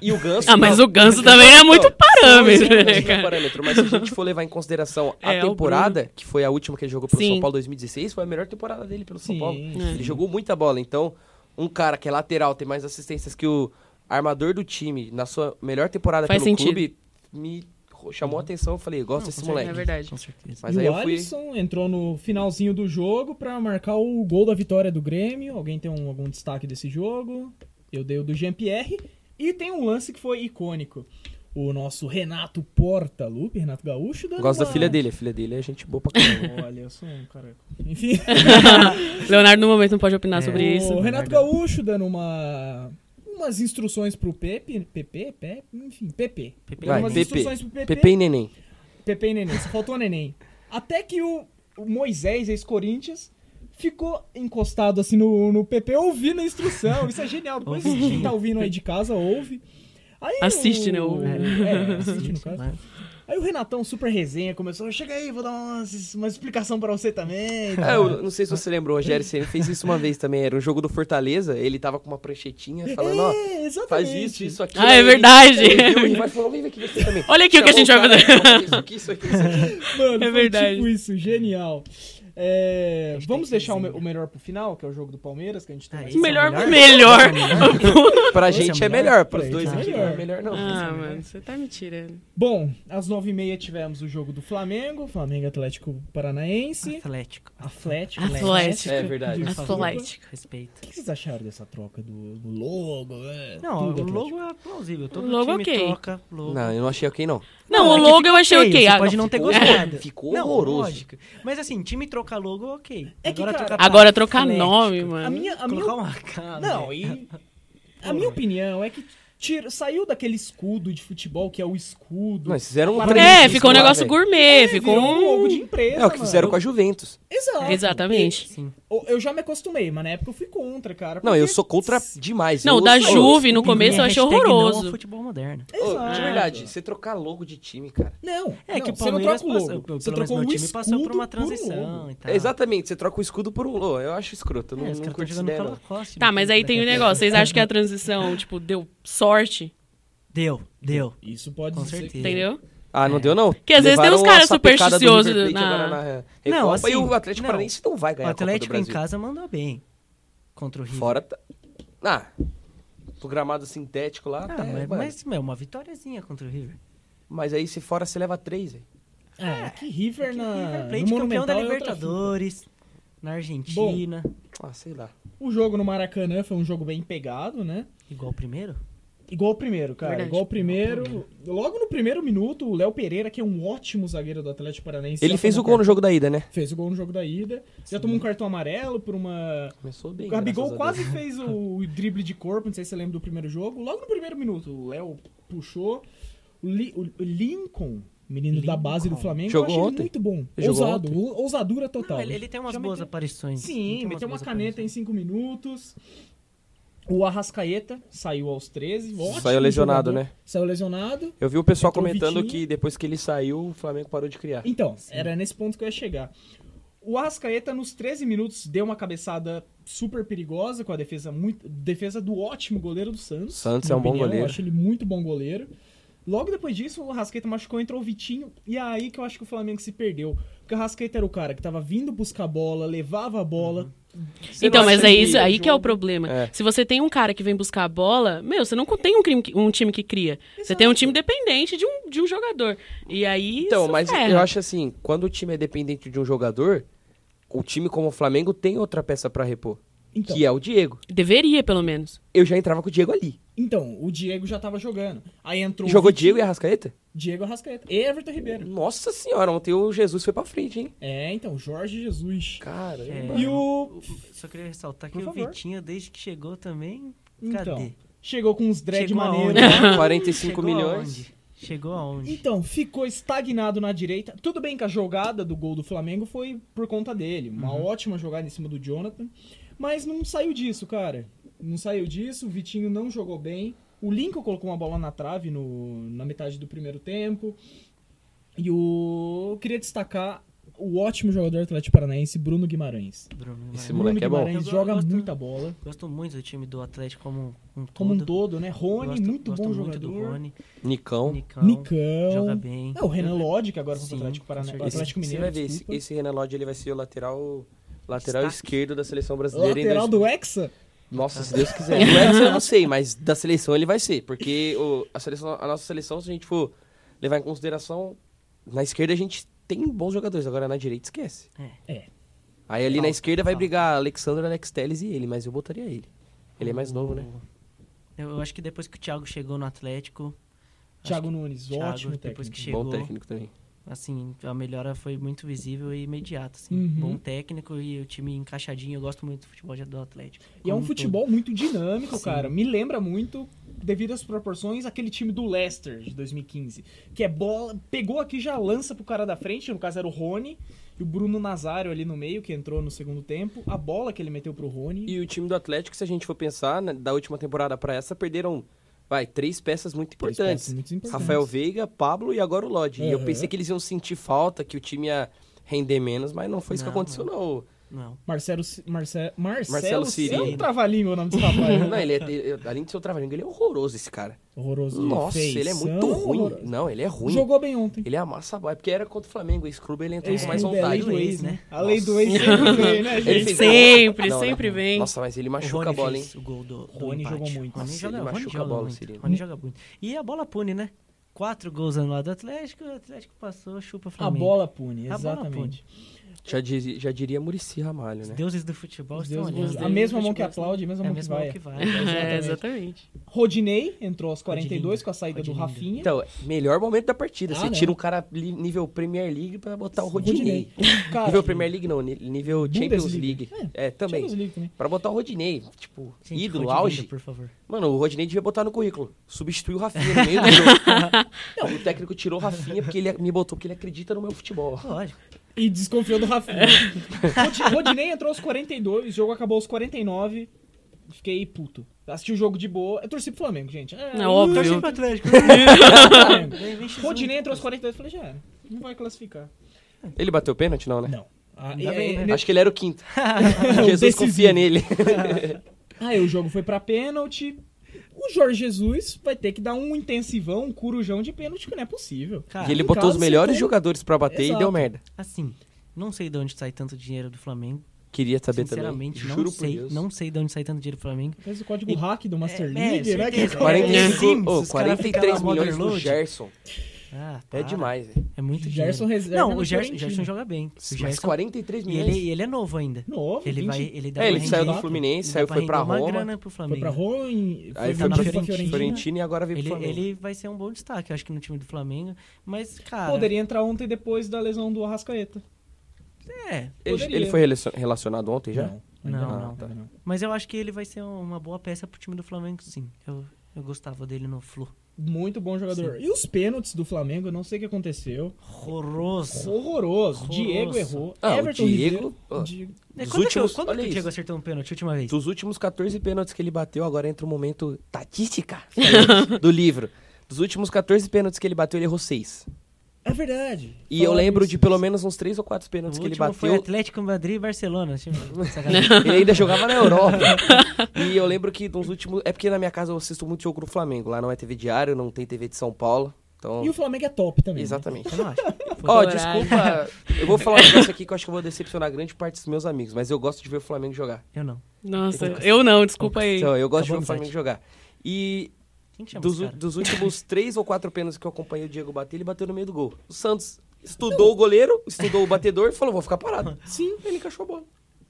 C: E o Ganso.
B: Ah, mas
C: não,
B: o Ganso também é muito parâmetro,
C: não
B: né,
C: é
B: cara?
C: parâmetro, mas se a gente for levar em consideração a
B: *laughs* É, o
C: temporada, que foi a última que ele jogou pelo
B: Sim. É.
C: São Paulo 2016, foi a melhor temporada dele pelo São
A: Sim,
C: Paulo.
A: sim.
C: Ele jogou muita bola, então um cara que é lateral tem mais assistências que o armador do time na sua melhor temporada
B: Faz
C: pelo
B: sentido. Uhum.
C: clube me chamou a atenção, eu falei, eu gosto desse moleque.
B: É verdade.
D: Com certeza.
C: Mas
A: e
C: aí
A: o
C: eu fui
A: Alisson entrou no finalzinho do jogo pra marcar o gol da vitória do Grêmio. Alguém tem um- algum destaque desse jogo? Eu dei o do Jean-Pierre. E tem um lance que foi icônico. O nosso Renato Portaluppi, Renato Gaúcho. dando
C: Gosto da
A: uma-
C: filha dele, a filha dele é gente boa pra caramba.
A: Olha, eu sou um cara... Enfim,
C: *laughs*
B: *laughs*
C: É
B: Leonardo, no momento, não pode opinar
D: É.
B: sobre isso.
C: né?
A: o Renato
D: Leonardo.
A: Gaúcho dando uma... Umas instruções pro Pepe, Pepe, Pepe, enfim, Pepe.
D: Pepe
A: Dando
C: Vai,
A: umas
C: Pepe.
A: instruções pro Pepe.
C: Pepe e Neném.
A: Pepe e Neném, só faltou o Neném. Até que o o Moisés, ex-Corinthians, ficou encostado assim no, no Pepe, ouvindo a instrução. Isso é genial. Depois
D: Ouvindo.
A: quem tá ouvindo aí de casa, ouve. Aí
B: Assiste, né,
A: O...
B: ouve.
D: É,
A: É, assiste no caso.
D: Mas-
A: Aí o Renatão, super resenha, começou, chega aí, vou dar uma, uma explicação pra você também.
C: Ah, eu não sei se você lembrou, o Rogério Ceni fez isso uma vez também. Era um jogo do Fortaleza, ele tava com uma pranchetinha falando, ó,
A: É, exatamente.
C: faz isso, isso, aquilo.
B: Ah, é
C: Aí ele-
B: verdade.
C: Ele viu, o Rivaldo falou, vem aqui você também.
B: Olha aqui o *laughs* que a gente
C: Chamou
B: vai
C: o cara, "Ó, Isso aqui, isso aqui, isso
D: *laughs*
C: aqui.
A: Mano, foi
B: É verdade.
A: tipo isso, genial. É,
D: Hashtag
A: vamos deixar o, me-
D: resenha.
A: o melhor pro final, que é o jogo do Palmeiras, que a gente tem
D: Ah,
A: mais
D: esse é
B: *laughs*
D: o
B: Melhor,
D: melhor?
B: melhor.
C: Pra
D: Esse é
C: gente é
D: melhor?
C: melhor, pros
A: Pra
C: dois
A: gente é
C: aqui não
A: melhor.
C: é melhor não.
B: Ah, mano, você tá me tirando.
A: Bom, às 9h30 tivemos o jogo do Flamengo, Flamengo Atlético Paranaense.
D: Atlético.
A: Atlético.
B: Atlético.
A: Atlético.
C: É verdade.
A: Desculpa.
B: Atlético.
D: Respeito.
A: O que vocês acharam dessa troca do do logo? é, tudo
D: Não, o
A: Atlético?
D: logo é plausível. Todo
B: Logo,
D: time
B: ok.
D: troca logo.
C: Não, eu não achei ok não.
B: Não,
D: Não,
B: o
D: é que
B: logo eu achei
D: feio,
B: ok.
D: Você
B: Ah,
D: pode
B: não,
D: não ter
C: ficou-
D: gostado.
C: ficou
D: não,
C: horroroso.
D: Lógico. Mas assim, time trocar logo, ok.
A: É que, cara,
C: Tá
D: trocar
B: Agora trocar
D: Atlético.
B: nome,
A: A
B: mano.
A: minha, a minha
D: é Colocar um uma *laughs* cara.
A: Não, e. A minha opinião é que tira, saiu daquele escudo de futebol que é o escudo.
C: Não, eles fizeram um
A: É,
B: É,
C: print
B: ficou um
C: lá,
B: negócio
C: velho.
B: gourmet,
A: virou
B: ficou
A: um logo de
B: um...
A: empresa.
C: É o que fizeram
A: mano.
C: com a Juventus.
A: Exato.
B: Exatamente.
D: Sim.
A: Eu, eu já me acostumei, mas na época eu fui contra, cara.
C: Não,
A: porque-
C: eu sou contra demais.
B: Não,
C: eu
B: da
C: sou-
B: Juve no começo eu achei
D: Hashtag
C: é
D: não ao
B: horroroso.
D: futebol moderno.
C: Ô,
A: Exato.
C: de verdade, você trocar logo de time, cara.
A: Não.
D: É
A: não,
D: que o
A: você não
D: Palmeiras
A: troca o
D: passou,
A: logo.
D: pelo
A: Você
D: menos
A: trocou
D: meu
A: um
D: time passou por
A: escudo
D: uma
A: por um logo.
D: transição e
B: Tá.
D: tal.
C: É, Exatamente, você troca o escudo por um logo. Eu acho escroto, eu não,
D: É, os
C: não
D: caras tão jogando com a
C: considero.
D: Lacoste,
B: Tá,
D: não
B: mas aí tem um negócio.
C: é.
B: Vocês acham que a transição, tipo, deu sorte?
D: Deu, deu.
A: Isso pode
D: Com
A: dizer que-
D: certeza.
B: Entendeu?
C: Ah,
D: É.
C: não deu não.
B: Que às vezes tem uns
C: Levaram
B: caras
C: a sapecada do River
B: supersticiosos
C: Plate agora
B: na-
C: na
D: Não,
C: Recopa,
D: assim,
C: e o Atlético
D: não.
C: Paranaense não vai
D: O
C: ganhar a
D: Atlético é
C: Copa
D: em
C: do Brasil.
D: casa mandou bem contra o Rio.
C: Fora tá... Ah, pro gramado sintético lá,
D: Ah,
C: tá,
D: mas,
C: mas,
D: mas, meu, uma vitóriazinha contra o River.
C: mas aí se fora você leva três, velho.
A: É, que River na.
D: River
A: no
D: Plate, campeão da
A: Monumental é outra fita.
D: Libertadores, na Argentina.
C: Ah, sei lá.
A: O jogo no Maracanã foi um jogo bem pegado, né?
D: Igual o primeiro?
A: Igual o primeiro, cara.
B: Verdade.
A: Igual o primeiro. Logo no primeiro minuto, o Léo Pereira, que é um ótimo zagueiro do Atlético Paranaense.
C: Ele
A: já
C: fez o
A: tomou
C: gol no
A: cartão-
C: jogo da ida, né?
A: Fez o gol no jogo da ida. Já tomou um cartão amarelo por uma.
C: Começou bem.
A: O Gabigol
C: graças a
A: quase
C: Deus.
A: fez o
C: *laughs*
A: drible de corpo, não sei se você lembra do primeiro jogo. Logo no primeiro minuto, o Léo puxou. O, Li- o Lincoln, menino da base do
D: Lincoln.
A: Flamengo,
C: Jogou
A: eu achei ele
C: ontem.
A: muito bom.
C: Ele jogou
A: Ousado, ou- ousadura total.
D: Não, ele, ele tem umas
A: Já
D: boas
A: meteu-
D: aparições.
A: Sim,
D: ele tem umas
A: meteu uma
D: boas
A: caneta em
D: aparições.
A: 5 minutos. O Arrascaeta saiu aos 13. ótimo
C: Saiu lesionado,
A: jogador.
C: né?
A: Saiu lesionado.
C: Eu vi o pessoal
A: Entrou o
C: comentando
A: Vitinho.
C: que depois que ele saiu, o Flamengo parou de criar.
A: Então, era nesse ponto que eu ia chegar. O Arrascaeta, nos 13 minutos, deu uma cabeçada super perigosa com a defesa muito defesa do ótimo goleiro do Santos.
C: Santos
A: na
C: é um bom
A: opinião, Eu
C: goleiro.
A: acho ele muito bom goleiro. Logo depois disso, o Arrascaeta machucou, entrou o Vitinho. E é aí que eu acho que o Flamengo se perdeu. Porque o Arrascaeta era o cara que tava vindo buscar a bola, levava a bola.
C: Você
B: Então,
C: não
B: mas
C: acha
B: é isso aí que é o
C: jogo-
B: problema.
C: É.
B: Se você tem um cara que vem buscar a bola, meu, você não tem um, crime que- um time que cria. Você tem um time dependente de um, de um jogador. E aí.
C: Então,
B: isso é.
C: mas
B: ferra.
C: eu acho assim, quando o time é dependente de um jogador, o time como o Flamengo tem outra peça pra repor,
A: Então,
C: que é o Diego.
B: Deveria, pelo
C: *laughs*
B: menos.
C: Eu já entrava com o Diego ali.
A: então, o Diego já tava jogando. Aí entrou
C: Jogou
A: o Vitinho,
C: Diego e Arrascaeta?
A: Diego Arrascaeta. E Everton Ribeiro.
C: Nossa senhora, ontem o Jesus foi pra frente, hein?
A: É, então, Jorge
B: É.
A: Jesus.
C: Caramba.
A: E o
D: Só queria ressaltar que
A: Por
D: o
A: favor.
D: Vitinho, desde que chegou também.
A: Então,
D: Cadê?
A: chegou com uns dread
D: Chegou
A: maneiro.
C: né?
D: aonde?
A: lá.
C: 45
D: Chegou
C: milhões.
D: aonde? Chegou aonde?
A: Então, ficou estagnado na direita. Tudo bem que a jogada do gol do Flamengo foi por conta dele. Uma
C: Uhum.
A: ótima jogada em cima do Jonathan. Mas não saiu disso, cara. Não saiu disso. O Vitinho não jogou bem. O Lincoln colocou uma bola na trave no- na metade do primeiro tempo. E o. Eu queria destacar o ótimo jogador do Atlético Paranaense, Bruno Guimarães.
D: Bruno,
C: Esse
D: Guimarães.
C: moleque é bom.
A: Guimarães
D: Eu
A: joga
D: gosto-
A: muita bola.
D: Gosto muito do time do Atlético como um todo.
A: Como um todo, né? Rony,
D: Gosto-
A: muito
D: gosto
A: bom
D: muito
A: jogador.
D: do Rony,
C: Nicão.
D: Nicão.
A: Nicão.
D: Joga bem.
A: É, o Renan Lodge, que agora foi pro
D: Sim,
A: Atlético
D: com
A: Paranaense.
D: certeza.
A: Atlético
C: Você
A: Mineiro.
C: vai ver, esse,
A: desculpa.
C: esse Renan Lodge ele vai ser o lateral, lateral
D: Destaque. Ah.
C: esquerdo da seleção brasileira. em
A: Lateral
C: dois-
A: do Hexa?
C: Nossa, se Deus quiser. Do Hexa eu não sei, mas da seleção ele vai ser. Porque o- a, seleção, a nossa seleção, se a gente for levar em consideração, na esquerda a gente tem bons jogadores, agora na direita esquece.
D: É.
A: É.
C: Aí ali na
D: Falta,
C: esquerda vai
D: falta.
C: brigar Alexandre, Alex Telles e ele, mas eu botaria ele. Ele é mais novo, né?
D: Eu, eu acho que depois que o Thiago chegou no Atlético,
A: Thiago Nunes,
D: Thiago,
A: ótimo
D: depois
A: técnico.
D: que chegou,
C: Bom técnico também.
D: assim, a melhora foi muito visível e imediata, assim.
A: Uhum.
D: Bom técnico e o time encaixadinho. Eu gosto muito do futebol do Atlético.
A: E é um
D: como todo.
A: futebol muito dinâmico,
D: Sim.
A: cara. Me lembra muito, devido às proporções, aquele time do Leicester de 2015. Que é bola, pegou aqui, já lança pro cara da frente, no caso era o Rony. E o Bruno Nazário ali no meio, que entrou no segundo tempo. A bola que ele meteu pro Rony.
C: E o time do Atlético, se a gente for pensar, né, da última temporada pra essa, perderam Vai, três peças muito
A: Três
C: importantes.
A: peças muito importantes.
C: Rafael Veiga, Pablo e agora o Lodge. E eu
A: Uhum.
C: pensei que eles iam sentir falta, que o time ia render menos, mas não foi isso que
D: Não,
C: aconteceu, não.
A: *laughs*
D: Não.
A: Marcelo, C- Marce, Marcelo,
C: Marcelo Cirino.
A: É um trava-língua o nome desse rapaz. né?
C: Não, ele é, ele- além de ser o trabalhinho, ele é horroroso, esse cara.
A: *laughs* Horroroso. de
C: Nossa,
A: feição,
C: ele é muito ruim.
A: horroroso.
C: Não, ele é ruim.
A: Jogou bem ontem.
C: Ele amassa a bola. É porque era contra o Flamengo, esse clube ele entrou
A: Esse
C: com mais
A: clube é
C: vontade.
A: lei do ex,
D: né?
A: né? A lei do
C: Nossa.
A: ex sempre vem, *laughs* né, gente?
B: Ele
C: fez-
B: sempre,
C: Não, né?
B: sempre vem.
C: Nossa, mas ele
D: o
C: machuca
D: Rony
C: a bola, hein?
D: fez O gol do, do
A: Rony
D: empate.
A: jogou muito.
D: Rony
C: Nossa,
D: joga,
C: ele
D: Rony
C: machuca a
D: joga
C: bola,
D: muito.
C: Cirino.
D: Rony joga muito. E a bola pune, né? Quatro gols anulados do Atlético, o Atlético passou, chupa o
A: A
D: Flamengo.
A: bola pune,
D: A bola
A: exatamente.
C: Já, dizi- já diria Murici Ramalho,
D: Os
C: né?
D: deuses do futebol
A: Os
D: estão
A: deuses-
D: olhando.
A: a mesma mão que
D: Os deuses do futebol
A: aplaude, a mesma
D: estão-
A: mão que vai.
D: É a mesma mão que vai.
A: Exatamente.
B: É, exatamente.
A: Rodinei entrou aos 42
D: Rodinei.
A: com a saída do
D: Rodinei.
A: Rafinha.
C: Então, melhor momento da partida.
A: Ah,
C: Você
A: né?
C: tira um cara li- nível Premier League pra botar o Rodinei.
A: Cara,
C: Nível Premier League não, ni- nível Champions League. É, também.
A: Champions League também.
C: Pra botar o Rodinei, tipo,
D: *laughs* Gente,
C: ídolo,
D: Rodinei,
C: auge.
D: Por favor.
C: Mano, o Rodinei devia botar no currículo. Substituir o Rafinha no meio do jogo. não, o técnico tirou o Rafinha porque ele me botou, porque ele acredita no meu futebol.
D: Lógico.
A: E desconfiou do Rafinha. Rodi- Rodinei entrou aos 42, o jogo acabou aos 49. Fiquei puto. Assisti o jogo de boa. Eu torci pro Flamengo, gente. É,
B: É óbvio.
D: Torcendo pro
A: *laughs*
D: Atlético.
A: pro
D: *laughs*
A: Flamengo.
D: Vem, vem, X1.
A: Rodinei entrou aos 42, falei, já era. Não vai classificar.
C: Ele bateu pênalti, não, né?
A: Não. Ah, e,
D: Ainda bem,
A: e-
D: né?
A: ne-
C: Acho que ele era o quinto. Jesus
A: Decisivo.
C: confia nele.
A: Aí o jogo foi pra pênalti. O Jorge Jesus vai ter que dar um intensivão, um curujão de pênalti, que não é possível.
D: Cara,
C: e ele
A: em
C: botou
A: casa
C: os melhores
A: você tem-
C: jogadores pra bater e
A: Exato.
C: deu merda.
D: Assim, não sei de onde sai tanto dinheiro do Flamengo.
C: Queria saber também.
D: Sinceramente, não sei. Não sei de onde sai tanto dinheiro do Flamengo.
A: Fez o código
D: E-
A: hack do Master
D: é,
A: League,
D: é,
A: né?
D: certeza.
A: que-
C: 45,
D: Sims,
C: ô,
D: os cara fica
C: 43
D: lá no
C: milhões do
D: overload.
C: Gerson.
D: Ah,
C: É
D: para.
C: demais, velho.
D: É muito
A: Gerson
D: dinheiro.
A: reserva
D: Não,
A: no
D: o Gerson,
A: Florentino.
D: Gerson joga bem. O
C: Mas
D: Gerson,
C: 43
D: e
C: milhões.
D: ele, ele é novo ainda.
A: Novo,
D: Ele
A: 20.
D: vai, ele dá
C: É,
D: pra
C: ele
A: Mas
D: render-
C: saiu do
A: rápido.
C: Fluminense,
D: dá
C: saiu,
D: pra
C: foi pra
D: render uma
C: Roma.
D: grana pro
A: Foi
D: Flamengo.
A: pra Roma e
C: Aí
A: foi
D: tá
A: vendido
D: na
A: pra
D: Fiorentina.
A: Fiorentina.
C: Florentino e agora veio pro
D: Ele,
C: Flamengo.
D: ele vai ser um bom destaque, eu acho que no time do Flamengo. Mas, cara.
A: Poderia entrar ontem depois da lesão do Arrascaeta.
D: É.
C: Ele,
A: poderia.
C: ele foi relacion- relacionado ontem já?
A: ainda
D: Não, tá.
A: não.
D: não.
A: ainda não.
D: Mas eu acho que ele vai ser um, uma boa peça pro time do Flamengo, sim. Eu, eu gostava dele no Flu.
A: Muito bom jogador. E os pênaltis do Flamengo, eu não sei o que aconteceu.
D: Horroroso.
A: Horroroso.
D: Horroroso.
A: Diego errou.
C: Ah, o
A: Everton
C: Diego-
A: Ribeiro,
C: ó.
A: Diego-
D: É,
C: Dos
D: Quando, é que,
C: últimos-
D: eu- quando que
C: olha
D: o
C: isso.
D: Diego acertou um pênalti a última vez?
C: Dos últimos 14 pênaltis que ele bateu, agora entra o momento tatística do livro. Dos últimos 14 pênaltis que ele bateu, ele errou 6.
A: É verdade.
C: E eu
A: Falaram
C: lembro
A: isso.
C: de pelo menos uns 3 ou 4 pênaltis
D: O
C: que ele
D: último foi
C: bateu.
D: Atlético Madrid e Barcelona.
C: *laughs*
D: assim, Deixa eu ver. Sacanagem.
C: Ele ainda jogava na Europa. e eu lembro que nos últimos. É porque na minha casa eu assisto muito jogo do Flamengo. Lá não é TV diário, não tem TV de São Paulo. Então.
A: E o Flamengo é top também. né?
C: Exatamente.
D: Eu não acho. Foi
C: Ó,
B: horário.
C: desculpa. Eu
B: *laughs*
C: vou falar um negócio aqui que eu acho que eu vou decepcionar grande parte dos meus amigos, mas eu gosto de ver o Flamengo jogar.
D: Eu não.
B: Nossa, eu não, desculpa aí.
C: Então, eu gosto
D: Acabou
C: de ver o
D: a
C: Flamengo
D: amizade.
C: jogar. E
D: Quem que chama
C: dos,
D: esse cara?
C: dos
B: *laughs*
C: últimos três ou quatro pênaltis que eu acompanhei o Diego bater, ele bateu no meio do gol. O Santos estudou o goleiro, estudou o batedor e falou: vou ficar
B: *laughs*
C: parado.
A: Sim.
C: Ele encaixou a bola.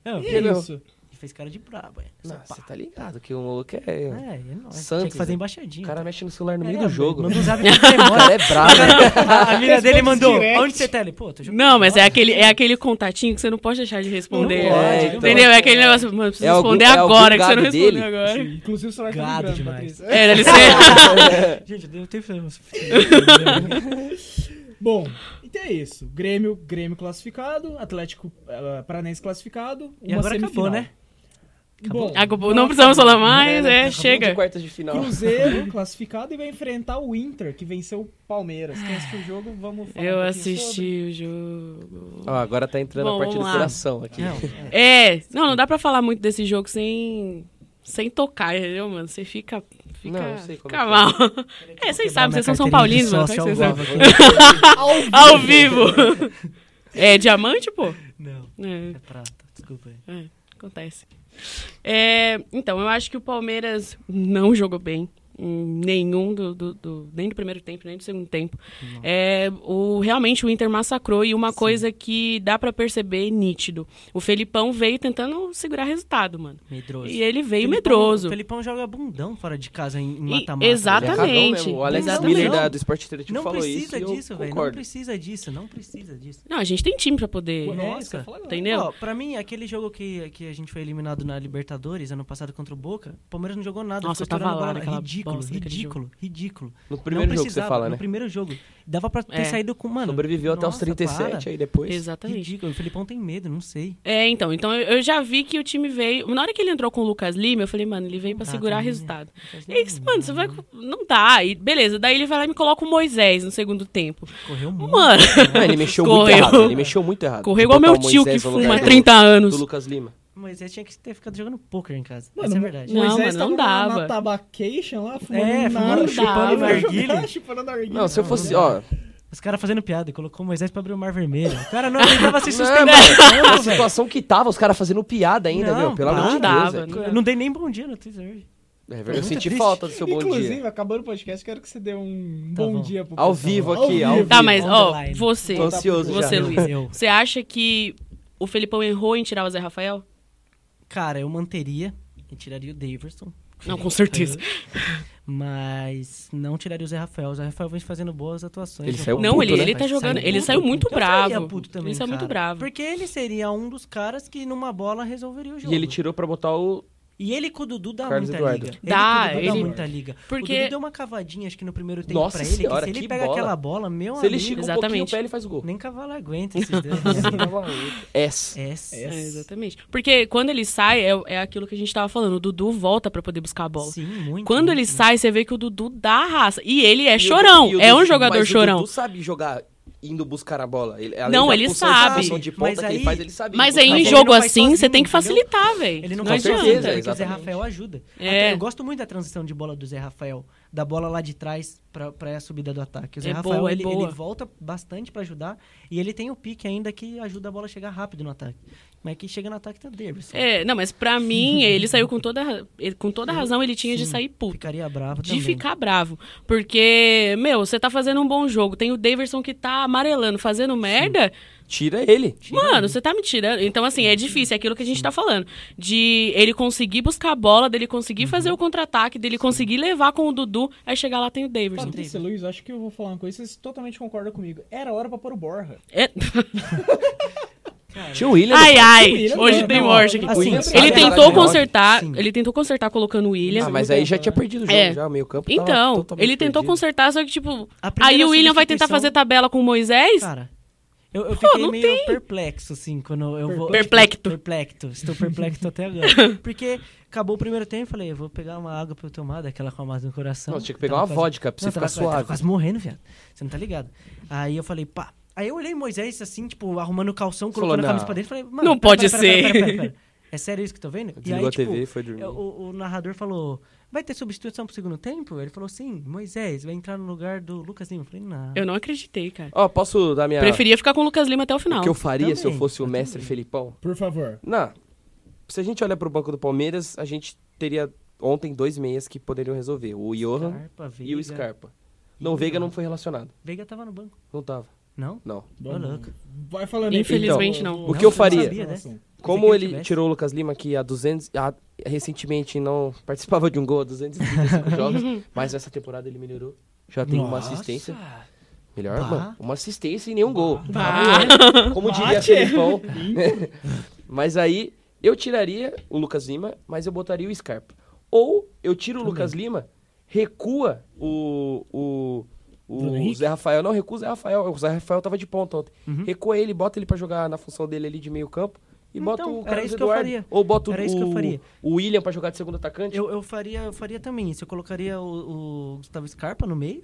D: Não,
A: E
D: ele
A: é
C: Entendeu?
A: isso.
D: fez cara de brabo. É,
C: Não,
D: Pá.
C: Você tá ligado que o maluco
B: Ah,
C: é.
D: é, é nóis. Tinha
C: Santos,
D: que fazer
C: né?
D: embaixadinha.
C: O cara mexe no celular no meio
D: É,
C: do jogo. *laughs*
D: Manda um
C: O
D: zap de memória.
C: cara é
B: *laughs*
C: brabo. né?
D: A, a mina dele
A: Responde
D: mandou.
A: direct.
D: Onde você tá? Ele, pô, tô jogando.
B: Não, mas é
D: bola."
B: aquele, é aquele contatinho que você não pode deixar de responder.
A: Não pode,
C: É,
A: não
C: então.
B: Entendeu? É aquele negócio, mano, preciso
C: É algum-
B: responder
C: é algum
B: agora, que você não
C: gado
B: respondeu
C: dele.
B: agora.
A: Sim. Inclusive o celular tá
D: Gado
A: ligando,
D: demais.
A: Patrícia.
B: É, dá
C: *laughs*
B: licença.
D: Gente, eu dei- teve.
A: Bom, então é isso. Grêmio, Grêmio classificado, Atlético eh, Paranaense classificado.
D: E
A: uma
D: agora
A: semifinal.
D: acabou, né?
A: Bom,
B: Ah, Acabou, não precisamos falar mais,
C: Acabou
B: é,
C: de
B: chega.
C: quartas de final.
A: Cruzeiro *laughs* classificado e vai enfrentar o Inter, que venceu o Palmeiras. Quem assistiu o jogo, vamos falar. um pouquinho
B: Eu
A: sobre.
B: assisti o jogo.
C: Ó, agora tá entrando
B: Bom,
C: a parte do
B: vamos lá. Ah,
C: coração aqui.
D: Não,
B: É, não, não dá pra falar muito desse jogo sem, sem tocar, entendeu, mano? Você fica, fica,
C: Não, eu sei como
B: fica
C: é que é.
B: mal. *laughs* É, vocês sabem, vocês são São Paulinos, mano.
D: mano.
B: Como é que vocês sabem? *laughs* Ao vivo!
C: *laughs*
B: É diamante, pô?
D: Não,
B: É.
D: é prata. Desculpa aí.
B: É, acontece. É, então, eu acho que o Palmeiras não jogou bem. em Nenhum do, do- do- Nem do primeiro tempo, nem do segundo tempo. É, o, realmente o Inter massacrou e uma coisa que dá pra perceber nítido. O Felipão veio tentando segurar resultado, mano.
D: Medroso.
B: E ele veio
D: Felipão-
B: medroso.
D: O Felipão joga bundão fora de casa em em
B: E-
D: mata-mata.
C: Ele é
B: exatamente.
D: velho.
C: cagão mesmo. O Alex
D: Exatamente.
C: Miller da, do Esporte Interativo
D: Não
C: falou isso.
D: precisa
C: e eu
D: disso, velho. Não
C: concordo.
D: precisa disso. Não precisa disso.
B: Não, a gente tem time pra poder.
A: Nossa,
D: Nossa,
A: eu ia falar agora.
B: Entendeu?
D: Ó, pra mim, aquele jogo que, que a gente foi eliminado na Libertadores ano passado contra o Boca, o Palmeiras não jogou nada.
B: Nossa,
D: ficou
B: eu tava
D: estourando
B: lá
D: bola.
B: naquela
D: ridículo,
B: bolas naquele jogo.
D: ridículo, ridículo.
C: No primeiro
D: não
C: jogo que você
D: precisava,
C: fala,
D: no
C: né?
D: primeiro jogo. Dava pra ter
B: É.
D: saído com, mano...
C: Sobreviveu até os
D: nossa,
C: 37
D: para.
C: aí depois.
B: Exatamente.
D: Ridículo, o Felipão tem medo, não sei.
B: É, então, então eu eu já vi que o time veio. Na hora que ele entrou com o Lucas Lima, eu falei, mano, ele veio pra
D: dá
B: segurar
D: também, né?
B: resultado.
D: Lucas
B: E aí,
D: Lima não
B: mano,
D: dá,
B: você vai.
D: né?
B: com- Não dá. E beleza, daí ele vai lá e me coloca o Moisés no segundo tempo.
D: Correu muito.
B: Mano,
C: Não, ele mexeu
B: Correu.
C: muito errado. Ele mexeu muito errado.
B: correu igual
C: Botar
B: meu
C: o
B: tio que
C: Moisés no lugar
B: fuma há
C: do-
B: 30 anos.
C: Do Lucas Lima.
D: Moisés tinha que ter ficado jogando pôquer em casa.
A: Mano,
D: Essa é a verdade.
B: Não,
A: Moisés
B: mano, não
A: tava Na, na
B: dava.
A: tabacation lá, fumando
D: É,
A: nada.
D: fumando,
B: chupando
D: narguilha.
A: Chupando narguilha.
C: Não, se eu fosse, ó.
D: Os caras fazendo piada, colocou o Moisés pra abrir o Mar Vermelho. O cara
C: *laughs*
D: não tava se
C: Não,
D: sustentando.
C: mano, a situação que tava, os caras fazendo piada ainda,
D: Não,
C: meu. Pelo
D: não
C: amor de Deus.
B: dava,
C: velho.
B: não dava.
D: Eu não dei nem bom dia no Twitter né? hoje.
C: É, verdade, eu
D: Muito
C: senti
D: triste.
C: falta do seu bom
A: Inclusive,
C: dia.
A: acabando o podcast, quero que você dê um
D: Tá
A: bom,
D: bom.
A: dia pro
C: Ao
A: pessoal.
C: vivo aqui, ao vivo.
B: Tá, mas,
D: On
B: ó,
D: the line.
B: você.
C: Tô ansioso já.
B: Você,
D: Eu,
B: Luiz.
D: eu.
B: Você acha que o Felipão errou em tirar o Zé Rafael?
D: Cara, eu manteria e tiraria o Daverson.
B: Não, com
D: *laughs*
B: certeza.
D: Mas não tiraria o Zé Rafael. O Zé Rafael vem fazendo boas atuações.
C: Ele
D: no
C: saiu
D: Palmeiras.
B: Não, ele,
C: puto, né?
B: ele tá
D: Mas
B: jogando. Ele
D: puto.
B: saiu muito
D: Eu sairia
B: bravo.
D: puto também,
B: ele saiu muito
D: cara.
B: bravo.
D: Porque ele seria um dos caras que numa bola resolveria o jogo.
C: E ele tirou pra botar o.
D: E ele com o Dudu dá
C: Carlos
D: muita
C: Eduardo.
D: liga.
B: Dá,
D: ele, com o Dudu
B: ele-
D: dá muita liga.
B: Porque-
D: O Dudu deu uma cavadinha, acho que no primeiro tempo
C: Nossa
D: pra ele.
C: senhora,
D: que se
C: que
D: ele pega
C: bola.
D: aquela bola, meu
C: Se ele
D: amigo,
C: estica um
B: Exatamente.
C: pouquinho o pé, ele faz gol.
D: nem cavalo aguenta esses dedos.
C: *laughs* S.
D: É,
B: É, exatamente. Porque quando ele sai, é, é aquilo que a gente tava falando. O Dudu volta pra poder buscar a bola.
D: Sim, muito.
B: Quando ele
D: muito.
B: sai, você vê que o Dudu dá a raça. E ele é
C: Uhum. E o-
B: chorão.
C: e o
B: é
C: Dudu-
B: um jogador
C: mas
B: chorão.
C: O Dudu sabe jogar indo buscar a bola. Ele, além
B: Não,
C: da
B: ele
C: pulsão e da
B: sabe.
C: pulsão de ponta
D: Mas
C: que ele
D: aí-
C: faz, ele sabe
B: Mas
C: buscar
B: aí
C: a
B: em
C: bola.
D: ele
B: jogo
D: não faz
B: assim,
D: sozinho,
B: você tem que
D: entendeu?
B: facilitar, velho.
D: Ele não,
B: não
C: Com
D: consegue
B: adianta.
C: certeza,
D: fazer, porque o Zé
C: exatamente.
D: Rafael ajuda.
B: É.
D: Até eu gosto muito da transição de bola do Zé Rafael, da bola lá de trás pra, pra a subida do ataque. O Zé
B: É
D: Rafael
B: boa, é
D: ele,
B: boa.
D: ele volta bastante pra ajudar e ele tem o pique ainda que ajuda a bola a chegar rápido no ataque. Mas que chega no ataque tá Davis.
B: É, não, mas pra
C: *laughs*
B: mim, ele saiu com toda, ra- ele- com toda razão, ele tinha de sair puto.
D: Ficaria bravo
B: De
D: também.
B: ficar bravo. Porque, meu, você tá fazendo um bom jogo. Tem o Daverson que tá amarelando, fazendo merda.
C: Tira ele.
B: Mano, você tá me tirando. Então, assim, é difícil, é aquilo que a gente tá falando. De ele conseguir buscar a bola, dele conseguir fazer
C: Uhum.
B: o contra-ataque, dele conseguir levar com o Dudu, aí chegar lá tem
C: Tá
B: o Daverson.
A: Patrícia Luiz, acho que eu vou falar uma coisa, vocês totalmente concordam comigo. Era hora pra pôr o Borra.
B: É-
C: Tio William. Ah,
B: Ai, ai,
A: William,
B: hoje
A: não,
B: tem
A: não,
B: morte aqui.
A: assim,
C: William
A: ele
B: Ele
C: sabe jogar
B: tentou
C: melhor.
B: consertar,
D: Sim.
B: ele tentou consertar colocando o William.
C: Ah, mas aí já tinha perdido o jogo,
B: É.
C: já, o meio-campo. tava
B: Então,
C: totalmente
B: ele tentou
C: perdido.
B: consertar, só que, tipo,
D: A
B: aí
D: primeira
B: o William vai tentar
D: substituição-
B: fazer tabela com o Moisés?
D: Cara, eu, eu fiquei
B: não
D: meio perplexo, assim, quando eu vou...
B: Perplecto.
D: Tipo, perplecto. Estou perplexo
C: *laughs*
D: até agora. Porque acabou o primeiro tempo, eu falei, eu vou pegar uma água pra eu tomar, daquela com no coração.
C: Não, tinha que pegar
D: Tava
C: uma vodka pra você
D: Não,
C: ficar
D: tava, quase- tava
C: suave.
D: quase morrendo, viado. Você não tá ligado. Aí eu falei, pá... Aí eu olhei Moisés, assim, tipo, arrumando o calção,
C: Falou,
D: colocando
C: não.
D: a camisa pra dentro, falei... Mano,
B: Não
D: pera,
B: pode
D: pera, pera,
B: ser.
D: pera, pera, pera. É sério isso que eu tô vendo? tipo,
C: Desligou a TV e foi dormir.
D: eu- o, o narrador falou... Vai ter substituição pro segundo tempo? Ele falou sim, Moisés vai entrar no lugar do Lucas Lima. Eu falei, não.
B: Eu não acreditei, cara.
C: Ó, posso dar minha.
B: Preferia ficar com o Lucas Lima até o final.
C: O que eu faria se eu
D: Também,
C: fosse o
D: eu
C: mestre Felipão?
A: Por favor.
C: Não. Se a gente olhar pro banco do Palmeiras, a gente teria ontem dois meias que poderiam resolver. O Johan
D: Scarpa,
C: e o
D: Veiga.
C: Scarpa. Não, o Veiga não foi relacionado.
D: Veiga tava no banco.
C: Não tava.
D: Não?
C: Não.
A: Bom,
D: Ô, louco.
A: Vai falando
B: Infelizmente,
A: então,
B: não.
C: O que eu
D: você não
C: faria?
D: sabia né? dessa?
C: Como
D: que
C: ele
D: tivesse.
C: tirou o Lucas Lima, que há 200, há- recentemente não participava de um gol há 235
D: *laughs*
C: jogos, mas nessa temporada ele melhorou. Já tem uma
D: Nossa.
C: assistência. Melhor,
D: Bah.
C: mano. Uma assistência e nenhum gol.
B: Bah.
C: Tá bom, Como diria
A: Bah, tchê.
D: *laughs*
C: Felipão. *laughs* mas aí, eu tiraria o Lucas Lima, mas eu botaria o Scarpa. Ou eu tiro o Lucas Lima, recua o. o
A: Bruno
C: o
A: Henrique?
C: Zé Rafael, não, recua o Zé Rafael. O Zé Rafael tava de ponta ontem.
D: Uhum.
C: Recua ele, bota ele pra jogar na função dele ali de meio campo. E bota
D: Então,
C: o
D: era
C: Carlos
D: isso que eu
C: Eduardo.
D: faria.
C: Ou bota o,
D: Era isso que eu faria.
C: o William pra jogar de segundo atacante.
D: Eu, eu, faria, eu faria também isso. Eu colocaria o, o Gustavo Scarpa no meio,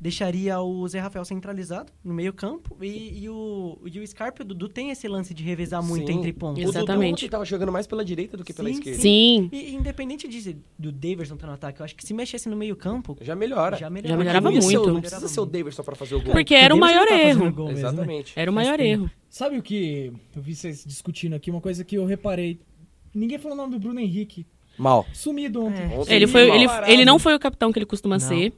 D: deixaria o Zé Rafael centralizado no meio campo e, e o, e o Scarpa e o Dudu tem esse lance de revezar muito
C: Sim.
D: entre pontos.
C: O Dudu
B: Exatamente.
C: ontem tava jogando mais pela direita do que pela
D: Sim,
C: esquerda.
B: Sim.
D: E independente de, do Daverson estar no ataque, eu acho que se mexesse no meio campo,
C: Já melhora.
D: já
B: Já
D: melhorava.
B: melhorava
C: não precisa
B: muito.
C: ser o- Não precisa ser o Davidson pra fazer o gol.
B: Porque era o
D: Daverson não
B: maior
D: tá fazendo
B: erro.
D: gol mesmo, né?
C: Exatamente.
B: Era o maior erro.
A: Sabe o que eu vi vocês discutindo aqui? Uma coisa que eu reparei. Ninguém falou o nome do Bruno Henrique.
C: Mal.
A: Sumido ontem.
D: É.
C: Ontem
B: Ele, foi,
C: mal.
B: ele, ele não foi o capitão que ele costuma
D: Não.
B: ser.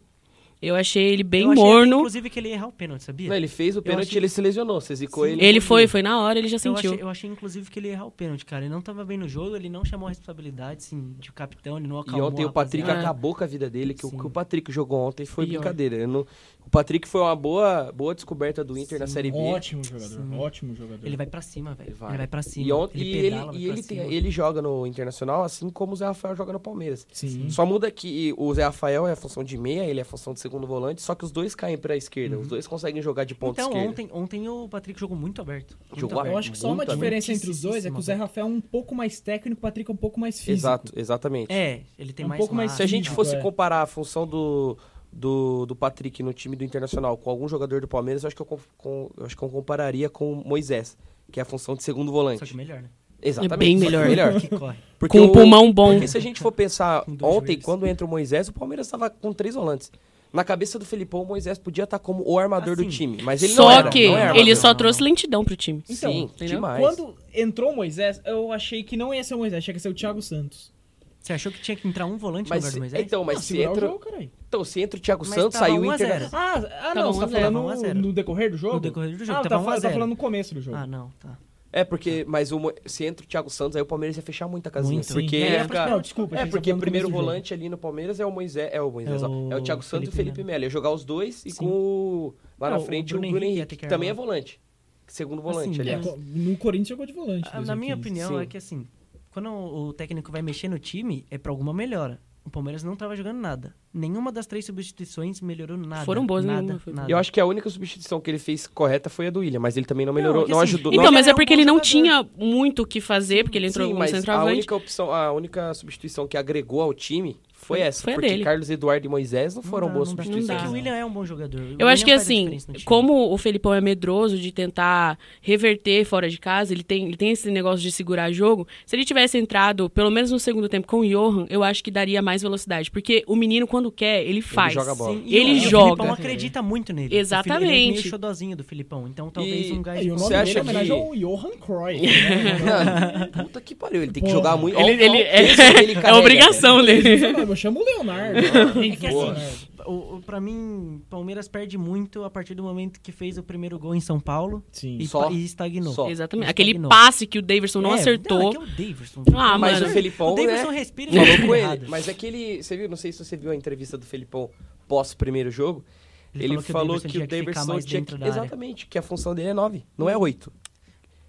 B: Eu achei ele bem
D: Eu achei até,
B: morno.
D: inclusive que ele ia errar o pênalti, sabia?
C: Não, ele fez o pênalti e
D: achei-
C: ele se lesionou. Você zicou ele. é
B: Ele foi, foi na hora, ele já
D: Eu
B: sentiu.
D: achei, eu achei, inclusive, que ele ia errar o pênalti, cara. Ele não tava bem no jogo, ele não chamou a responsabilidade, assim, de capitão, ele não
C: E
D: acalmou
C: ontem
D: a
C: o Patrick
D: rapaziada.
C: acabou com a vida dele, que o
D: Sim.
C: que o Patrick jogou ontem foi
B: Pior.
C: brincadeira. Eu não- O Patrick foi uma boa, boa descoberta do Inter na Série B.
A: Ótimo jogador,
D: Sim.
A: ótimo jogador.
D: Ele vai pra cima, velho.
C: Ele
D: Ele
C: vai.
D: vai, pra cima.
C: E, ontem,
D: ele
C: e ele,
D: pedala, vai
C: e
D: pra
C: ele, tem-
D: cima.
C: ele joga no Internacional, assim como o Zé Rafael joga no Palmeiras.
A: Sim.
C: Só muda que o Zé Rafael é a função de meia, ele é a função de segundo volante, só que os dois caem pra esquerda. Os dois conseguem jogar de ponta
D: Uhum. Então,
C: esquerda.
D: ontem, ontem o Patrick jogou muito aberto. Muito
C: Jogou
A: Eu acho que só uma
C: Muito
A: diferença entre os dois é que o Zé Rafael é um pouco mais técnico, o Patrick é um pouco mais físico.
C: Exato, exatamente.
D: É, ele tem
A: Um
D: mais
A: pouco mais
C: Se a gente
D: Ah,
A: Físico,
C: fosse
A: é.
C: comparar a função do, do, do Patrick no time do Internacional com algum jogador do Palmeiras, eu acho que eu, com- com- eu acho que eu compararia com o Moisés, que é a função de segundo
D: Só que
C: volante.
D: melhor, né?
C: Exatamente.
B: É bem
C: só que
B: melhor.
D: *laughs* Que corre.
C: Porque
B: Com o pulmão bom.
C: Porque se a gente for pensar,
D: Com dois
C: ontem,
D: joelhos.
C: quando entra o Moisés, o Palmeiras estava com três volantes. Na cabeça do Felipão, o Moisés podia estar como o armador do
D: Assim.
C: time. Mas ele não
B: só
C: era,
B: que
C: não era Então,
B: ele
C: armador.
B: só Então,
D: não,
B: trouxe
D: não.
B: lentidão pro time.
C: Sim,
B: entendeu?
C: demais.
A: Quando entrou o Moisés, eu achei que não ia ser o Moisés, achei que ia ser o Thiago Santos.
D: Você achou que tinha que entrar um volante
C: Mas,
D: no lugar do Moisés?
C: então, mas
A: Ah,
C: se,
A: segurar o
C: entra,
A: jogo, caralho.
C: então, se entra o Thiago
D: Mas
C: Santos,
D: tava
C: saiu o
D: 1 a 0.
C: Inter...
A: Ah, ah não, você
D: Tava
A: tá
D: 1 a 0,
A: falando
D: 1 a 0.
A: no decorrer do jogo?
D: No decorrer do jogo,
A: Ah, eu
D: tava
A: tava,
D: 1 a
A: eu tava
D: 0.
A: falando no começo do jogo.
D: Ah, não, tá.
C: É, porque... Mas o Mo- se entra o Thiago Santos, aí o Palmeiras ia fechar muita casinha.
D: Muito.
C: porque
A: Sim.
C: ia
A: É,
C: ficar-
A: não, desculpa,
C: É,
A: achei que
C: porque
A: você tava falando no
C: o primeiro
A: começo do jogo.
C: volante ali no Palmeiras é o Moisés, é o Moisés,
D: É
C: ó, é o
D: o
C: Thiago Santos e o
D: Felipe
C: Felipe Melo. Ia jogar os dois e
D: Sim.
C: com o... Lá
D: Ah,
C: na
D: o
C: frente o
D: Bruno
C: Bruno
D: Henrique
C: Henrique,
D: ia ter
C: que
D: que
C: também é
D: armar.
C: volante. Segundo volante,
D: Assim,
C: aliás.
A: Co- No Corinthians jogou de volante.
D: Ah, Na minha
A: 2015.
D: opinião,
C: Sim.
D: é que assim, quando o técnico vai mexer no time, é pra alguma melhora. O Palmeiras não tava jogando nada. Nenhuma das três substituições melhorou nada.
B: Foram boas,
D: nada,
B: nenhuma foi boa.
D: nada.
C: Eu acho que a única substituição que ele fez correta foi a do William, mas ele também não melhorou, não,
D: é que assim,
C: ajudou.
D: Não,
B: Então,
C: não,
B: mas
D: ele
B: é
D: era um
B: porque
D: bom
B: ele não
D: jogador.
B: tinha muito o que fazer, porque ele entrou
C: Sim,
B: como
C: mas a
B: centroavante.
C: única opção, a única substituição que agregou ao time foi,
B: Foi-
C: essa,
B: foi a
C: porque
B: dele.
C: Carlos Eduardo e Moisés não
D: Não
C: foram
D: dá,
C: boas
D: não dá.
C: substituições.
D: É que o
A: não.
D: William é um bom jogador. O
B: Eu
D: William
B: acho que
D: faz a
B: assim,
D: diferença no time.
B: como o Felipão é medroso de tentar reverter fora de casa, ele tem, ele tem esse negócio de segurar jogo. Se ele tivesse entrado, pelo menos no segundo tempo, com o Johan, eu acho que daria mais velocidade. Porque o menino, quando quer, ele faz.
C: joga a bola.
D: Sim, e
B: Ele
D: o- e O
B: joga.
D: Filipão acredita muito nele.
B: Exatamente.
D: O Fili- Ele é meio xodózinho do Filipão. Então talvez
C: E-
D: um
A: É,
D: gás.
A: e o nome
C: Você
A: dele
C: acha
A: é homenagem
C: que-
A: ao Johan Cruyff. né?
C: Não, puta que pariu, ele tem que
A: Porra.
C: jogar muito.
B: Ele,
C: Olha o
B: ele-
C: peso que
B: *laughs*
C: ele
B: é,
C: carrega. né?
B: obrigação dele.
A: Não, Eu chamo o Leonardo.
D: É que
C: Boa.
D: assim, o, o, pra mim, Palmeiras perde muito a partir do momento que fez o primeiro gol em São Paulo
A: Sim.
D: e,
C: Só.
D: pa- e estagnou.
B: *laughs*
C: Só.
B: Exatamente.
D: Ele
B: Aquele
D: estagnou.
B: passe que o Davidson não
D: É,
B: acertou.
D: Não, é que é o Davidson.
B: Ah,
C: Mas
B: mano.
C: o Felipão,
D: o é Davidson
C: né,
D: respira e
C: falou
D: joga
C: com
D: errado.
C: ele. Mas é que ele, você viu, não sei se você viu a entrevista do Felipão pós primeiro jogo, ele, falou que o
D: tinha ficar
C: Daverson
D: mais
C: tinha
D: dentro
C: que,
D: da área.
C: exatamente, que a função dele é 9, não é 8.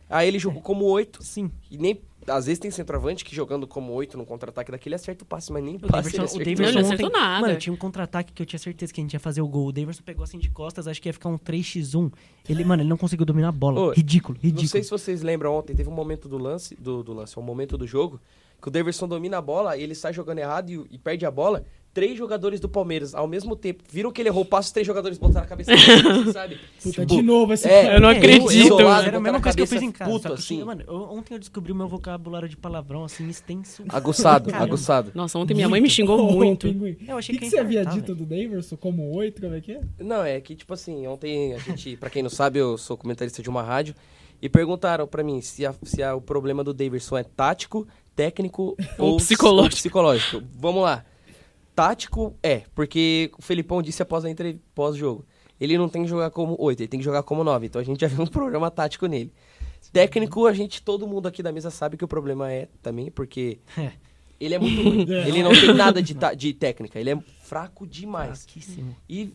C: Aí ele jogou como 8,
D: Sim.
C: E nem. Às vezes tem centroavante que jogando como oito num contra-ataque daquele acerta o passe, mas nem
D: O
C: passe ele
D: Daverson, o
C: acertou.
B: Não,
D: Daverson
B: não
D: ontem,
B: acertou nada.
D: Mano, tinha um contra-ataque que eu tinha certeza que a gente ia fazer o gol. O Daverson pegou assim de costas, acho que ia ficar um 3x1. Ele, mano, ele não conseguiu dominar a bola.
C: Ô,
D: ridículo, ridículo.
C: Não sei se vocês lembram ontem, teve um momento do lance, do, do lance, um momento do jogo, que o Daverson domina a bola, ele sai jogando errado e, e perde a bola. Três jogadores do Palmeiras, ao mesmo tempo, viram que ele errou o passe, os três jogadores botaram a cabeça
B: *laughs*
C: dele, sabe?
A: Puta,
C: Tipo,
A: de novo esse
C: é,
A: cara.
B: Eu não
D: É,
B: acredito.
C: isolado,
D: Era a
C: botar na
D: mesma coisa que eu
C: cabeça,
D: fiz em casa.
C: puto,
D: só que,
C: assim.
D: Mano, eu- ontem eu descobri o meu vocabulário de palavrão, assim, extenso.
C: Aguçado,
D: Caramba.
C: aguçado.
B: Nossa, ontem minha mãe me xingou
A: Ô,
B: é muito. *laughs*
A: Pinguim,
D: Eu
A: O
D: achei
A: que,
D: que
A: que
D: ia
A: você havia
D: infartar,
A: dito do Daverson como 8? Como é que é?
C: Não, é que, tipo assim, ontem a gente, pra quem não sabe, eu sou comentarista de uma rádio, e perguntaram pra mim se, a- se a- o problema do Davidson é tático, técnico
B: Ou
C: ou
B: psicológico.
C: ou psicológico. Vamos lá. Tático é, porque o Felipão disse após a entre pós-jogo. Ele não tem que jogar como 8, ele tem que jogar como 9. Então a gente já *laughs* viu um problema tático nele. Técnico, a gente, todo mundo aqui da mesa sabe que o problema é também, porque
D: É.
C: ele é muito ruim. ele não tem nada de, ta- de técnica, ele é fraco demais.
D: Fraquíssimo.
C: E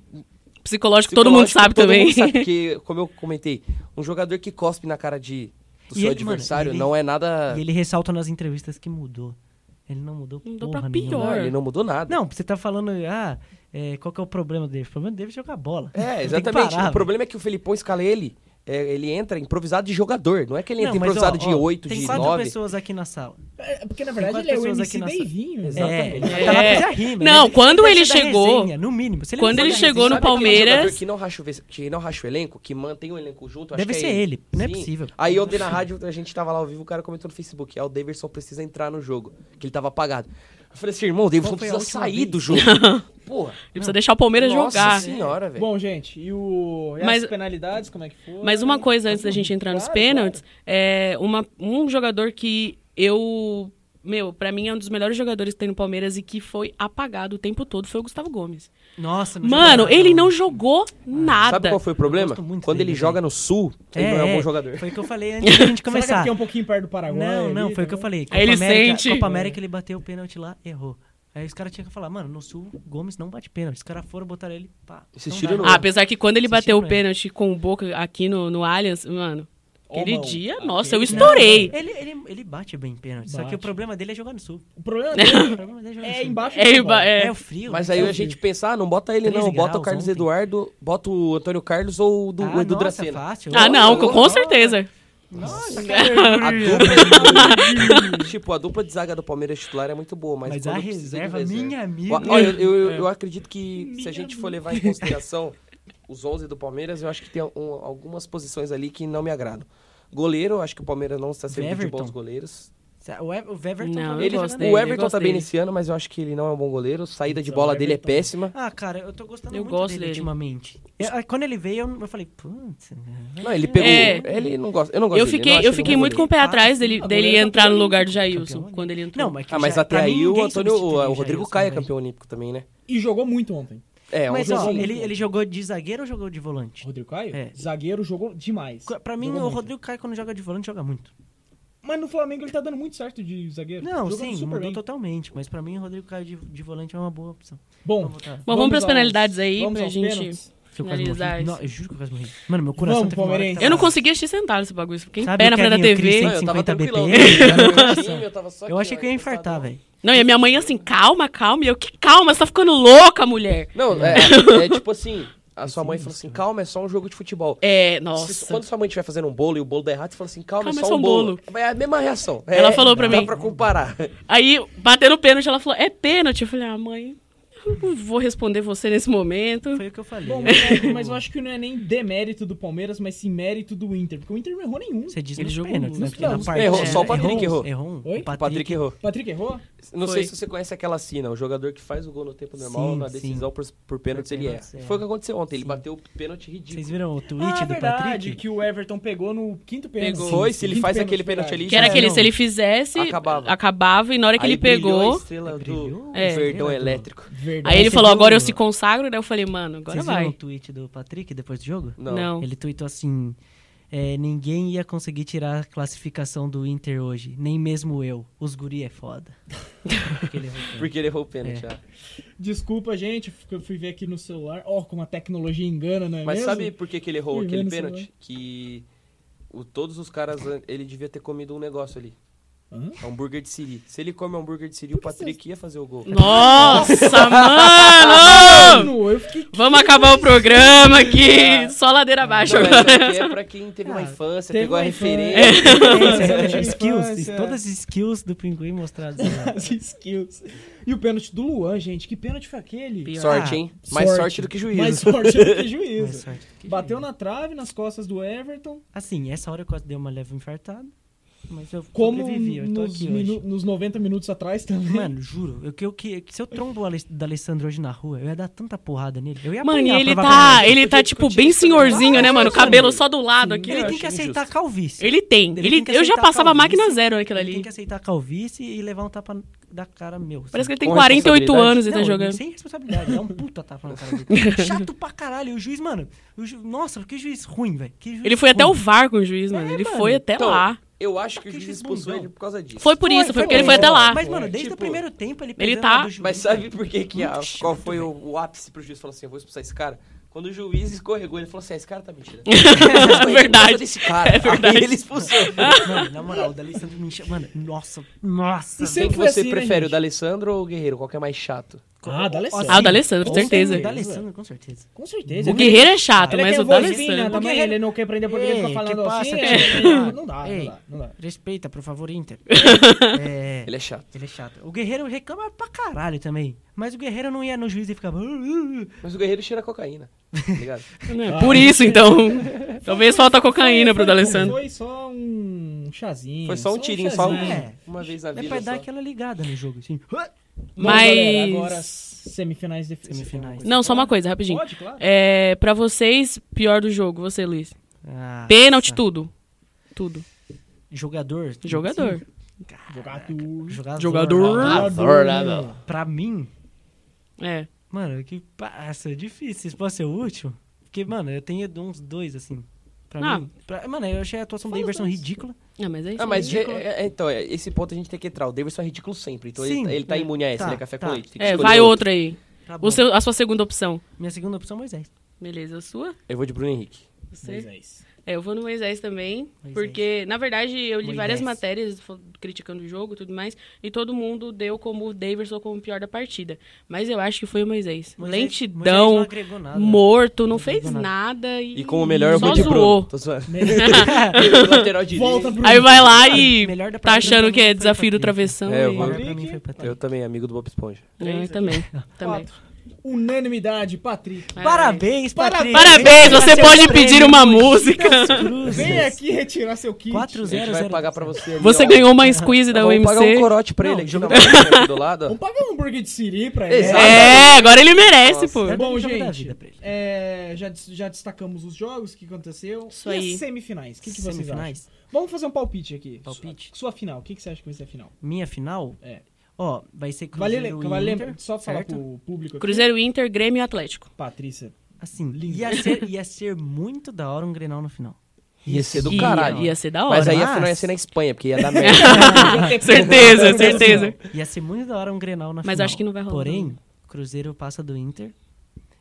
B: Psicológico, todo mundo
C: Psicológico,
B: sabe
C: Tipo, todo
B: também.
C: mundo
B: *laughs*
C: sabe, porque, como eu comentei, um jogador que cospe na cara de, do
D: E
C: seu
D: ele,
C: adversário
D: mano, ele-
C: não é nada.
D: E ele ressalta nas entrevistas que mudou. Ele não mudou
B: Mudou
D: porra
B: pra
D: nenhuma.
B: pior.
C: Não, ele não mudou nada.
D: é Não, você tá falando, ah, é, qual que é o problema dele? O problema dele é jogar bola.
C: É,
D: Tem que
C: exatamente.
D: parar,
C: o problema é que o Felipão escala ele. é, ele entra improvisado de jogador. Não é que ele
D: velho.
C: entra
D: Não, mas,
C: improvisado
D: ó,
C: de
D: ó,
C: 8,
D: Tem
C: de
D: quatro
C: 9.
D: pessoas aqui na sala.
A: É, Porque na verdade
D: quatro
A: ele é o
D: pessoas
A: MC
D: aqui na sala.
A: Deivinho. né?
C: Exatamente.
D: É, ele tá lá
B: É.
D: pra fazer a rima.
B: Não,
D: deve-
B: quando
D: deve
B: ele
D: ser da
B: chegou-
D: resenha, no mínimo. Se ele
B: quando
D: não
B: ele
D: for da
B: chegou
D: resenha,
B: no
C: Sabe aquele
B: Palmeiras-
C: jogador que não racha, o ve- que não racha o elenco, que mantém o elenco junto, acho
D: Deve
C: que é
D: ser ele, não é
C: Sim.
D: possível.
C: Aí ontem na rádio, a gente tava lá ao vivo, o cara comentou no Facebook, ah, o Davidson precisa entrar no jogo, que ele tava apagado. Eu falei assim, irmão, o Davidson
D: Qual foi a
C: precisa
D: última
C: sair
D: vez?
B: *laughs*
C: do jogo. Porra.
B: Ele precisa deixar o Palmeiras
C: Nossa
B: jogar.
C: senhora, velho.
A: Bom, gente, e, o... e
B: Mas-
A: as penalidades, como é que foi?
B: Mas uma coisa antes da gente entrar nos
A: Claro,
B: pênaltis,
A: claro.
B: é uma, um jogador que eu meu, pra mim é um dos melhores jogadores que tem no Palmeiras e que foi apagado o tempo todo foi o Gustavo Gomes.
D: Nossa, não
B: Mano,
D: jogava,
B: ele não jogou nada.
C: Ah, Sabe qual foi o problema?
D: gosto muito
C: Quando
D: dele,
C: ele
D: velho.
C: joga no sul, ele não é um bom jogador.
D: Foi o que eu falei antes da gente
A: Será que é
D: começar.
A: porque é um pouquinho perto do Paraguai?
D: Não, não,
A: ali
D: foi o que eu
A: também?
B: Aí
D: falei.
B: ele
D: América,
B: sente.
D: Copa América ele bateu o pênalti lá, errou. Aí os caras tinham que falar, mano, no sul, o Gomes não bate pênalti. Os caras foram, botaram ele, pá.
C: Esses
D: não
C: tiros
D: dá.
C: não-
B: Ah, apesar que quando ele
D: Assisti
B: bateu o
D: pra ele.
B: pênalti com o Boca aqui no, no Allianz, mano, aquele
A: Ó, mão.
B: dia,
A: Aquele-
B: nossa, eu estourei.
D: Ele, ele, ele bate bem pênalti, só que
A: Bate.
D: o problema dele é jogar no sul.
A: O
B: *laughs*
A: problema
D: O
A: dele
D: problema dele é jogar no
A: é
D: sul.
A: embaixo
B: É,
A: do São Paulo.
B: é.
D: É o frio.
C: Mas
D: né?
C: aí
D: É o
C: a
D: frio.
C: gente pensa, ah, não bota ele
D: 13
C: não, bota o
D: graus
C: Carlos
D: ontem.
C: Eduardo, bota o Antônio Carlos ou o do, o
D: ah,
C: Edu
D: nossa,
C: Dracena.
D: fácil.
B: Ah, não,
D: Nossa,
B: com, com
D: nossa.
B: certeza.
D: Nossa,
B: *laughs*
C: A dupla, tipo, a dupla de zaga do Palmeiras titular é muito boa, mas,
D: Mas
C: quando
D: a
C: precisa de
D: reserva, minha amiga. É.
C: Ó, ó, eu, eu- eu- eu acredito que se a gente for levar em consideração os 11 do Palmeiras, eu acho que tem um- algumas posições ali que não me agradam. Goleiro, eu acho que o Palmeiras não está servindo de
D: Everton.
C: bons goleiros.
D: O Ev- o Everton
B: Não,
D: também
B: eu
C: Ele-
D: joga
B: gosto
D: bem.
B: dele,
C: o
B: eu
C: Everton
B: gosto
C: tá bem
B: dele.
C: nesse ano, mas eu acho que ele não é um bom goleiro. Saída de
A: Então,
C: bola
A: o
C: dele é
A: Everton.
C: péssima.
D: Ah, cara, eu tô gostando
B: Eu
D: muito
B: gosto
D: dele,
B: dele.
D: ultimamente. Eu- ah, quando ele veio, eu, eu falei, putz.
C: Não, ele pegou.
B: É.
C: Ele não gosta. Eu não gosto
B: Eu
C: dele,
B: fiquei,
C: não acho
B: eu
C: ele um
B: fiquei
C: bom
B: muito com o
C: goleiro.
B: pé atrás dele,
D: Ah,
B: dele
D: goleiro
B: entrar no
D: campeão,
B: lugar do
D: campeão,
B: Jailson,
D: né?
B: quando ele entrou.
D: Não, mas, que
C: Ah, mas
D: já-
C: até
D: pra
C: aí
D: mim,
C: o
D: ninguém né?
C: Antônio, o,
D: substituiu
C: o Rodrigo
D: Jailson,
C: Caio é
D: velho.
C: campeão olímpico também, né?
A: E jogou muito ontem.
C: É,
D: Mas
C: um
D: ó,
A: jogo.
D: assim, ele, ele jogou de zagueiro ou jogou de volante?
A: Rodrigo Caio?
D: É.
A: Zagueiro jogou demais.
D: Co- Pra mim,
A: Jogou
D: o
A: muito.
D: Rodrigo Caio, quando joga de volante, joga muito.
A: Mas no Flamengo ele tá dando muito certo de zagueiro.
D: Não,
A: Jogando
D: sim,
A: super
D: mudou
A: bem.
D: totalmente. Mas pra mim, o Rodrigo Caio de, de volante é uma boa opção.
A: Bom,
D: Vamos voltar.
B: Bom, vamos pras penalidades aí, pra
A: aos
B: gente-
A: pênaltis.
D: Eu quase
B: Finalizar
D: morri.
B: isso.
D: Não, eu juro que eu quase morri. Mano, meu coração
A: Vamos,
D: teve uma hora que tá
A: palmeirense.
D: tava-
B: Eu não consegui assistir sentado esse bagulho. Fiquei em
D: Sabe
B: pé
D: o
B: na frente da
D: Kevin, o Chris,
B: TV.
D: hein?
C: Não, eu tava
D: 150
C: tranquilão.
D: BPM,
C: Eu tava
D: né?
C: no time, eu tava só aqui,
D: Eu achei
C: ó,
D: que eu ia
C: encostado.
D: infartar, velho.
B: Não, e a minha mãe assim, calma, calma. E eu, que calma, você tá ficando louca, mulher.
C: Não, é, é tipo assim, a sua mãe falou assim, calma, é só um jogo de futebol.
B: É,
C: Se-
B: nossa.
C: Quando sua mãe estiver fazendo um bolo e o bolo der errado, você fala assim, calma,
B: Calma,
C: é só um bolo. É a mesma reação. É,
B: Ela falou pra
C: dá
B: mim.
C: pra comparar.
B: Aí, batendo pênalti, ela falou, é pênalti. Eu falei, ah, mãe, eu não vou responder você nesse momento.
D: Foi o que eu falei.
A: Bom,
D: *laughs*
A: mas, mas eu acho que não é nem demérito do Palmeiras, mas sim mérito do Inter. Porque o Inter não errou nenhum.
D: Você diz
B: Ele
D: nos
B: jogou
D: pênaltis, né?
A: muito.
D: Porque na
A: Não,
D: parte-
C: errou, só o Patrick errou.
D: Errou um.
A: Oi?
D: O
C: O Patrick errou.
A: Patrick errou?
C: Não
B: Foi.
C: sei se você conhece aquela cena, o jogador que faz o gol no tempo normal,
D: Sim,
C: na
D: sim.
C: decisão por, por pênaltis,
D: Por
C: ele erra.
D: pênaltis, é.
C: Foi o que aconteceu ontem, ele
D: Sim.
C: bateu o pênalti ridículo.
D: Vocês viram o tweet
A: ah,
D: do
A: verdade,
D: Patrick?
A: que o Everton pegou no quinto pênalti.
B: Pegou.
C: Foi, se ele
A: Quinto
C: faz aquele pênalti ali,
B: Que era
C: É,
B: aquele,
D: né? não.
B: se ele fizesse,
C: Acabava.
B: acabava, e na hora que
C: Aí
B: ele
C: brilhou
B: pegou.
C: a estrela
D: Brilhou
C: do
D: a
B: É.
C: verdão
D: estrela do-
C: elétrico.
A: Verdade.
B: Aí ele
D: Você
B: falou,
D: viu-
B: agora eu se consagro, daí eu falei, mano, agora
D: Vocês
B: vai.
D: viram o tweet do Patrick depois do jogo?
C: Não.
B: Não.
D: Ele tweetou assim: é, ninguém ia conseguir tirar a classificação do Inter hoje, nem mesmo eu. Os guri é
A: *laughs*
D: foda. Porque ele é errou o pênalti.
C: Porque ele errou o pênalti.
D: É.
C: ah.
A: Desculpa, gente, porque eu fui ver aqui no celular. Ó, como a tecnologia engana, não é
C: Mas
A: mesmo?
C: sabe por que, que ele errou
A: Ih,
C: aquele
A: vendo esse
C: pênalti?
A: gol.
C: Que o, todos os caras, ele devia ter comido um negócio ali.
A: Hã?
C: Hambúrguer de siri. Se ele come hambúrguer de siri, o Patrick ia fazer o gol.
D: *laughs*
B: Nossa, mano!
A: Mano, eu fiquei...
B: Vamos acabar o programa
D: *laughs* É.
B: aqui, só ladeira abaixo
C: Não, mas
B: agora.
C: isso aqui é pra quem teve uma
D: Ah,
C: infância,
A: teve
C: pegou a
A: uma É.
C: referência.
A: infância.
D: é *laughs* skills,
A: Infância.
D: todas as skills do pinguim mostradas. lá.
A: As é. *laughs* skills. E o pênalti do Luan, gente. Que pênalti foi aquele?
B: Pior.
C: Sorte, hein? Mais sorte, do que juízo. *laughs*
A: Mais sorte do que
D: Mais
A: juízo.
D: sorte do que
A: Bateu
D: juízo.
A: na trave, nas costas do Everton.
D: Assim, essa hora eu quase dei uma leve infartada, mas eu
A: Como
D: sobrevivi, eu tô
A: nos,
D: aqui
A: minu-
D: hoje.
A: nos 90 minutos atrás
B: Uhum.
A: também.
D: Então, Mano, juro, eu, que, eu, que, que se eu trombo o Ale- da Alessandro hoje na rua, eu ia dar tanta porrada nele. Eu ia
B: Mano, e
D: é apanhar,
B: ele tá,
D: provavelmente.
B: ele tá, tipo, bem senhorzinho, né, mano? Cabelo só do lado aqui.
D: Ele
B: ó.
D: tem que
C: acho
D: aceitar a calvície.
B: Ele tem.
D: Ele
B: Ele,
D: tem que
B: eu já
D: aceitar a
B: passava a máquina
D: calvície.
B: zero naquilo
D: Ele tem
B: ali.
D: que aceitar a calvície e levar um tapa da cara meu. assim.
B: Parece que ele tem
C: Com
B: 48
C: responsabilidade.
B: anos e tá
D: Não,
B: jogando.
D: Sem responsabilidade, dá um puta tapa na cara
B: *laughs*
D: dele. Chato pra caralho. E o juiz, mano. o ju- Nossa, que juiz ruim, velho. Que juiz
B: Ele foi até o
D: ruim.
B: VAR com o juiz, mano.
D: Hum. É,
B: Ele
D: mano.
B: foi até
C: Então,
B: lá.
C: eu acho que o juiz
D: Aquele
C: expulsou
D: bundão.
C: ele por causa disso.
B: Foi por isso, foi porque ele foi
A: bom.
B: até lá.
D: Mas, mano, desde o
C: Tipo,
D: primeiro tempo ele
B: ele
D: pesando
B: tá-
D: do juiz,
C: Mas sabe por que que a-
D: Muito chato,
C: qual foi o, o ápice pro juiz? Falou assim, eu vou expulsar esse cara. Quando o juiz escorregou, ele falou assim, ah, esse cara tá *laughs* mentindo.
B: Verdade.
C: Esse cara.
B: É verdade.
C: Aí ele expulsou.
D: Mano, na moral, o D'Alessandro me encheu. Mano, nossa, nossa.
A: E
C: Quem
A: sempre
C: que
A: foi
C: você
A: assim, né,
C: prefere, o
A: gente?
C: D'Alessandro ou o Guerreiro? Qual que é mais chato?
A: Ah,
D: assim?
A: D'Alessandro.
B: Ah, o D'Alessandro,
A: Com
B: certeza.
D: O D'Alessandro, com certeza.
A: Com certeza.
B: O Guerreiro é chato,
A: Ele
B: mas
A: quer
B: o
A: vozinha
B: D'Alessandro... é
A: também,
D: Guerreiro-
A: ele não quer aprender porque ele
D: Ei,
A: fica falando
D: que passa,
A: assim.
D: tio?
A: é, Não dá, não
D: Ei.
A: dá, não dá.
D: Respeita, por favor, *laughs* Inter. é...
C: Ele é chato.
D: Ele é chato. O Guerreiro reclama pra caralho também. Mas o Guerreiro não ia no juiz e ficava. "Uh, uh, uh".
C: Mas o Guerreiro cheira cocaína, tá *laughs* ligado?
B: É, Por isso, então. Talvez falta cocaína
A: Foi-
B: pro
A: foi-
B: D'Alessandro.
A: Foi só um chazinho.
C: Foi só um tirinho, só um,
A: chazinho.
D: É.
C: uma vez na
D: É
C: vida.
D: pra dar
C: só.
D: aquela ligada no jogo, assim.
A: Bom, galera,
B: Mas-
A: agora semifinais de
D: Semifinais.
B: Não, só uma coisa, rapidinho.
A: Pode, claro.
B: É, pra vocês, pior do jogo, você, Luiz.
D: Ah,
B: Pênalti,
D: nossa.
B: tudo. Tudo.
D: Jogador.
B: Jogador.
D: Sim.
B: É.
A: Jogador.
D: Jogador. Ah,
A: Jogador.
C: Jogador.
D: Pra mim,
B: É.
D: mano, que passa, é difícil. Isso pode ser útil? Porque, mano, eu tenho uns dois, assim. Pra
B: Ah.
D: mim. pra- mano, eu achei a atuação do
B: Fala os
D: Iverson
B: dois.
D: ridícula.
B: Ah, mas é isso.
C: Ah, mas
B: é,
C: é- é- é- então, é, esse ponto a gente tem que entrar. O Davidson é ridículo sempre. Então
D: Sim,
C: ele, ele tá
D: é.
C: imune a essa,
D: Tá,
C: ele é café
D: tá.
C: com leite. tem que
B: é
C: escolher
B: vai outra aí.
D: Tá bom.
B: O seu, a sua segunda opção.
D: Minha segunda opção é Moisés.
B: Beleza, a sua?
C: Eu vou de Bruno Henrique.
B: Você? *laughs*
A: Moisés.
B: É, eu vou no Moisés também,
D: Moisés.
B: porque, na verdade, eu li
D: Moisés.
B: várias matérias fo- criticando o jogo e tudo mais, e todo mundo deu como o Davidson como o pior da partida. Mas eu acho que foi o Moisés.
D: Moisés-
B: Lentidão,
D: Moisés não agregou nada. *laughs*
B: morto, não
D: Não
B: fez
D: jogou
B: nada e.
C: E como melhor, eu
B: só
C: vou de
B: zoou.
C: Bruno. Tô zoando. lateral direito.
A: Volta pro.
B: Aí vai lá e
D: Melhor da
B: tá
D: partida
B: achando
D: pra
B: que
D: mim
B: é
D: foi
B: desafio do
D: Patrick.
B: travessão.
C: É, eu
B: e-
C: vou-
D: Melhor pra mim foi Patrick.
C: Eu também, amigo do Bob Esponja.
B: É, também.
D: né?
B: *laughs* também.
A: Quatro. Unanimidade, Patrick.
D: Parabéns, Patrick.
B: Parabéns, você
D: Esse é o
B: pode
D: prêmio
B: pedir uma
D: dos
B: música.
D: Deus Cruzes.
A: Vem aqui retirar seu kit.
D: Quatro
C: A gente
D: zero,
C: vai
D: zero.
C: pagar pra você. ali,
B: *laughs* Você
C: ó.
B: ganhou uma squeeze da
C: Vamos pagar um
B: UMC.
C: corote pra ele aqui na máquina aqui do lado. ó.
A: Vamos pagar um hambúrguer de siri pra ele.
C: Exato.
B: É, agora ele merece,
C: Nossa.
B: pô.
A: Tá bom,
D: Jogo da
A: gente.
D: vida pra ele.
A: é, já, des- já destacamos os jogos, o que aconteceu.
B: Isso
A: e
B: aí.
A: as semifinais. O que, que vocês
D: Semifinais.
A: acham? Vamos fazer um palpite aqui.
D: Palpite?
A: Sua, sua final. O que, que você acha que vai ser a final?
D: Minha final?
A: É.
D: Ó, vai ser
A: Vale,
D: Cruzeiro e
A: vale
D: Inter,
A: lembra, só falar
D: certo?
A: pro público aqui.
B: Cruzeiro, Inter, Grêmio e Atlético.
A: Patrícia.
D: Assim,
A: Lindo.
D: ia
A: *laughs*
D: ser, ia ser muito da hora um Grenal no final.
C: Ia ser é do
B: Ia-
C: caralho.
B: Ia ser da hora. *laughs*
C: Mas aí a
D: mas-
C: final ia ser na Espanha, porque ia dar merda.
B: certeza, certeza.
D: Ia ser muito da hora um Grenal na final.
B: Mas acho que não vai rolar,
D: Porém, Cruzeiro passa do Inter.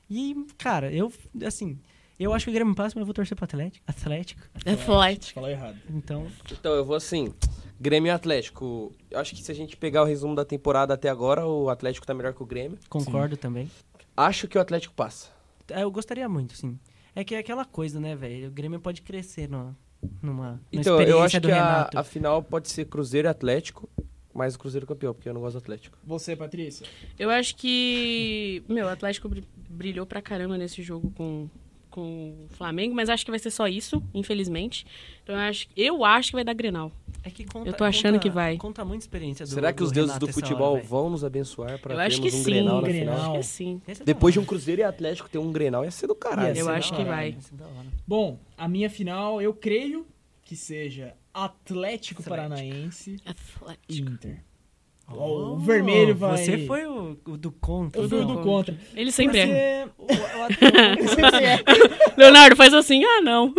D: E, cara, eu, assim, eu acho que o Grêmio passa, mas eu vou torcer pro Atlético. Atlético.
B: É Atlético.
A: Falou errado.
D: Então,
C: Então, eu vou assim. Grêmio e Atlético. Eu acho que se a gente pegar o resumo da temporada até agora, o Atlético tá melhor que o Grêmio.
D: concordo também.
C: Acho que o Atlético passa.
D: É, Eu gostaria muito, sim. É que é aquela coisa, né, velho? O Grêmio pode crescer numa, numa, numa
C: Então,
D: experiência
C: eu acho
D: do
C: que a,
D: Renato.
C: a final pode ser Cruzeiro e Atlético, mas o Cruzeiro campeão, porque eu não gosto do Atlético.
A: Você, Patrícia.
B: Eu acho que. Meu, o Atlético bri- brilhou pra caramba nesse jogo com, com o Flamengo, mas acho que vai ser só isso, infelizmente. Então eu acho, eu acho que vai dar Grenal.
D: É que conta-
B: Eu tô achando
D: conta-
B: que vai.
D: Conta muita experiência do
C: Será que
D: do
C: os deuses
D: Renato
C: do
D: essa hora,
C: futebol
D: velho.
C: vão nos abençoar pra
B: Eu
C: termos
B: acho que
C: um
B: sim.
C: Grenal na
A: Grenal.
C: final?
B: Acho que sim.
D: Esse é
C: Depois de
D: da
C: um
D: hora.
C: Cruzeiro e Atlético ter um Grenal ia ser do caralho.
A: Tá Ia
B: Eu
A: ser
B: acho
A: da
B: que
A: hora,
B: vai.
D: Esse é da hora.
A: Bom, a minha final, eu creio que seja Atlético, Paranaense
B: É
A: e
B: Atlético.
A: Inter. o vermelho vai-
D: Oh. Você foi o, o do contra.
A: Eu fui o
D: então.
A: do contra.
B: Ele sempre é.
A: Porque-
D: O- o-
A: Ele sempre é.
B: *laughs* Leonardo faz assim, ah não.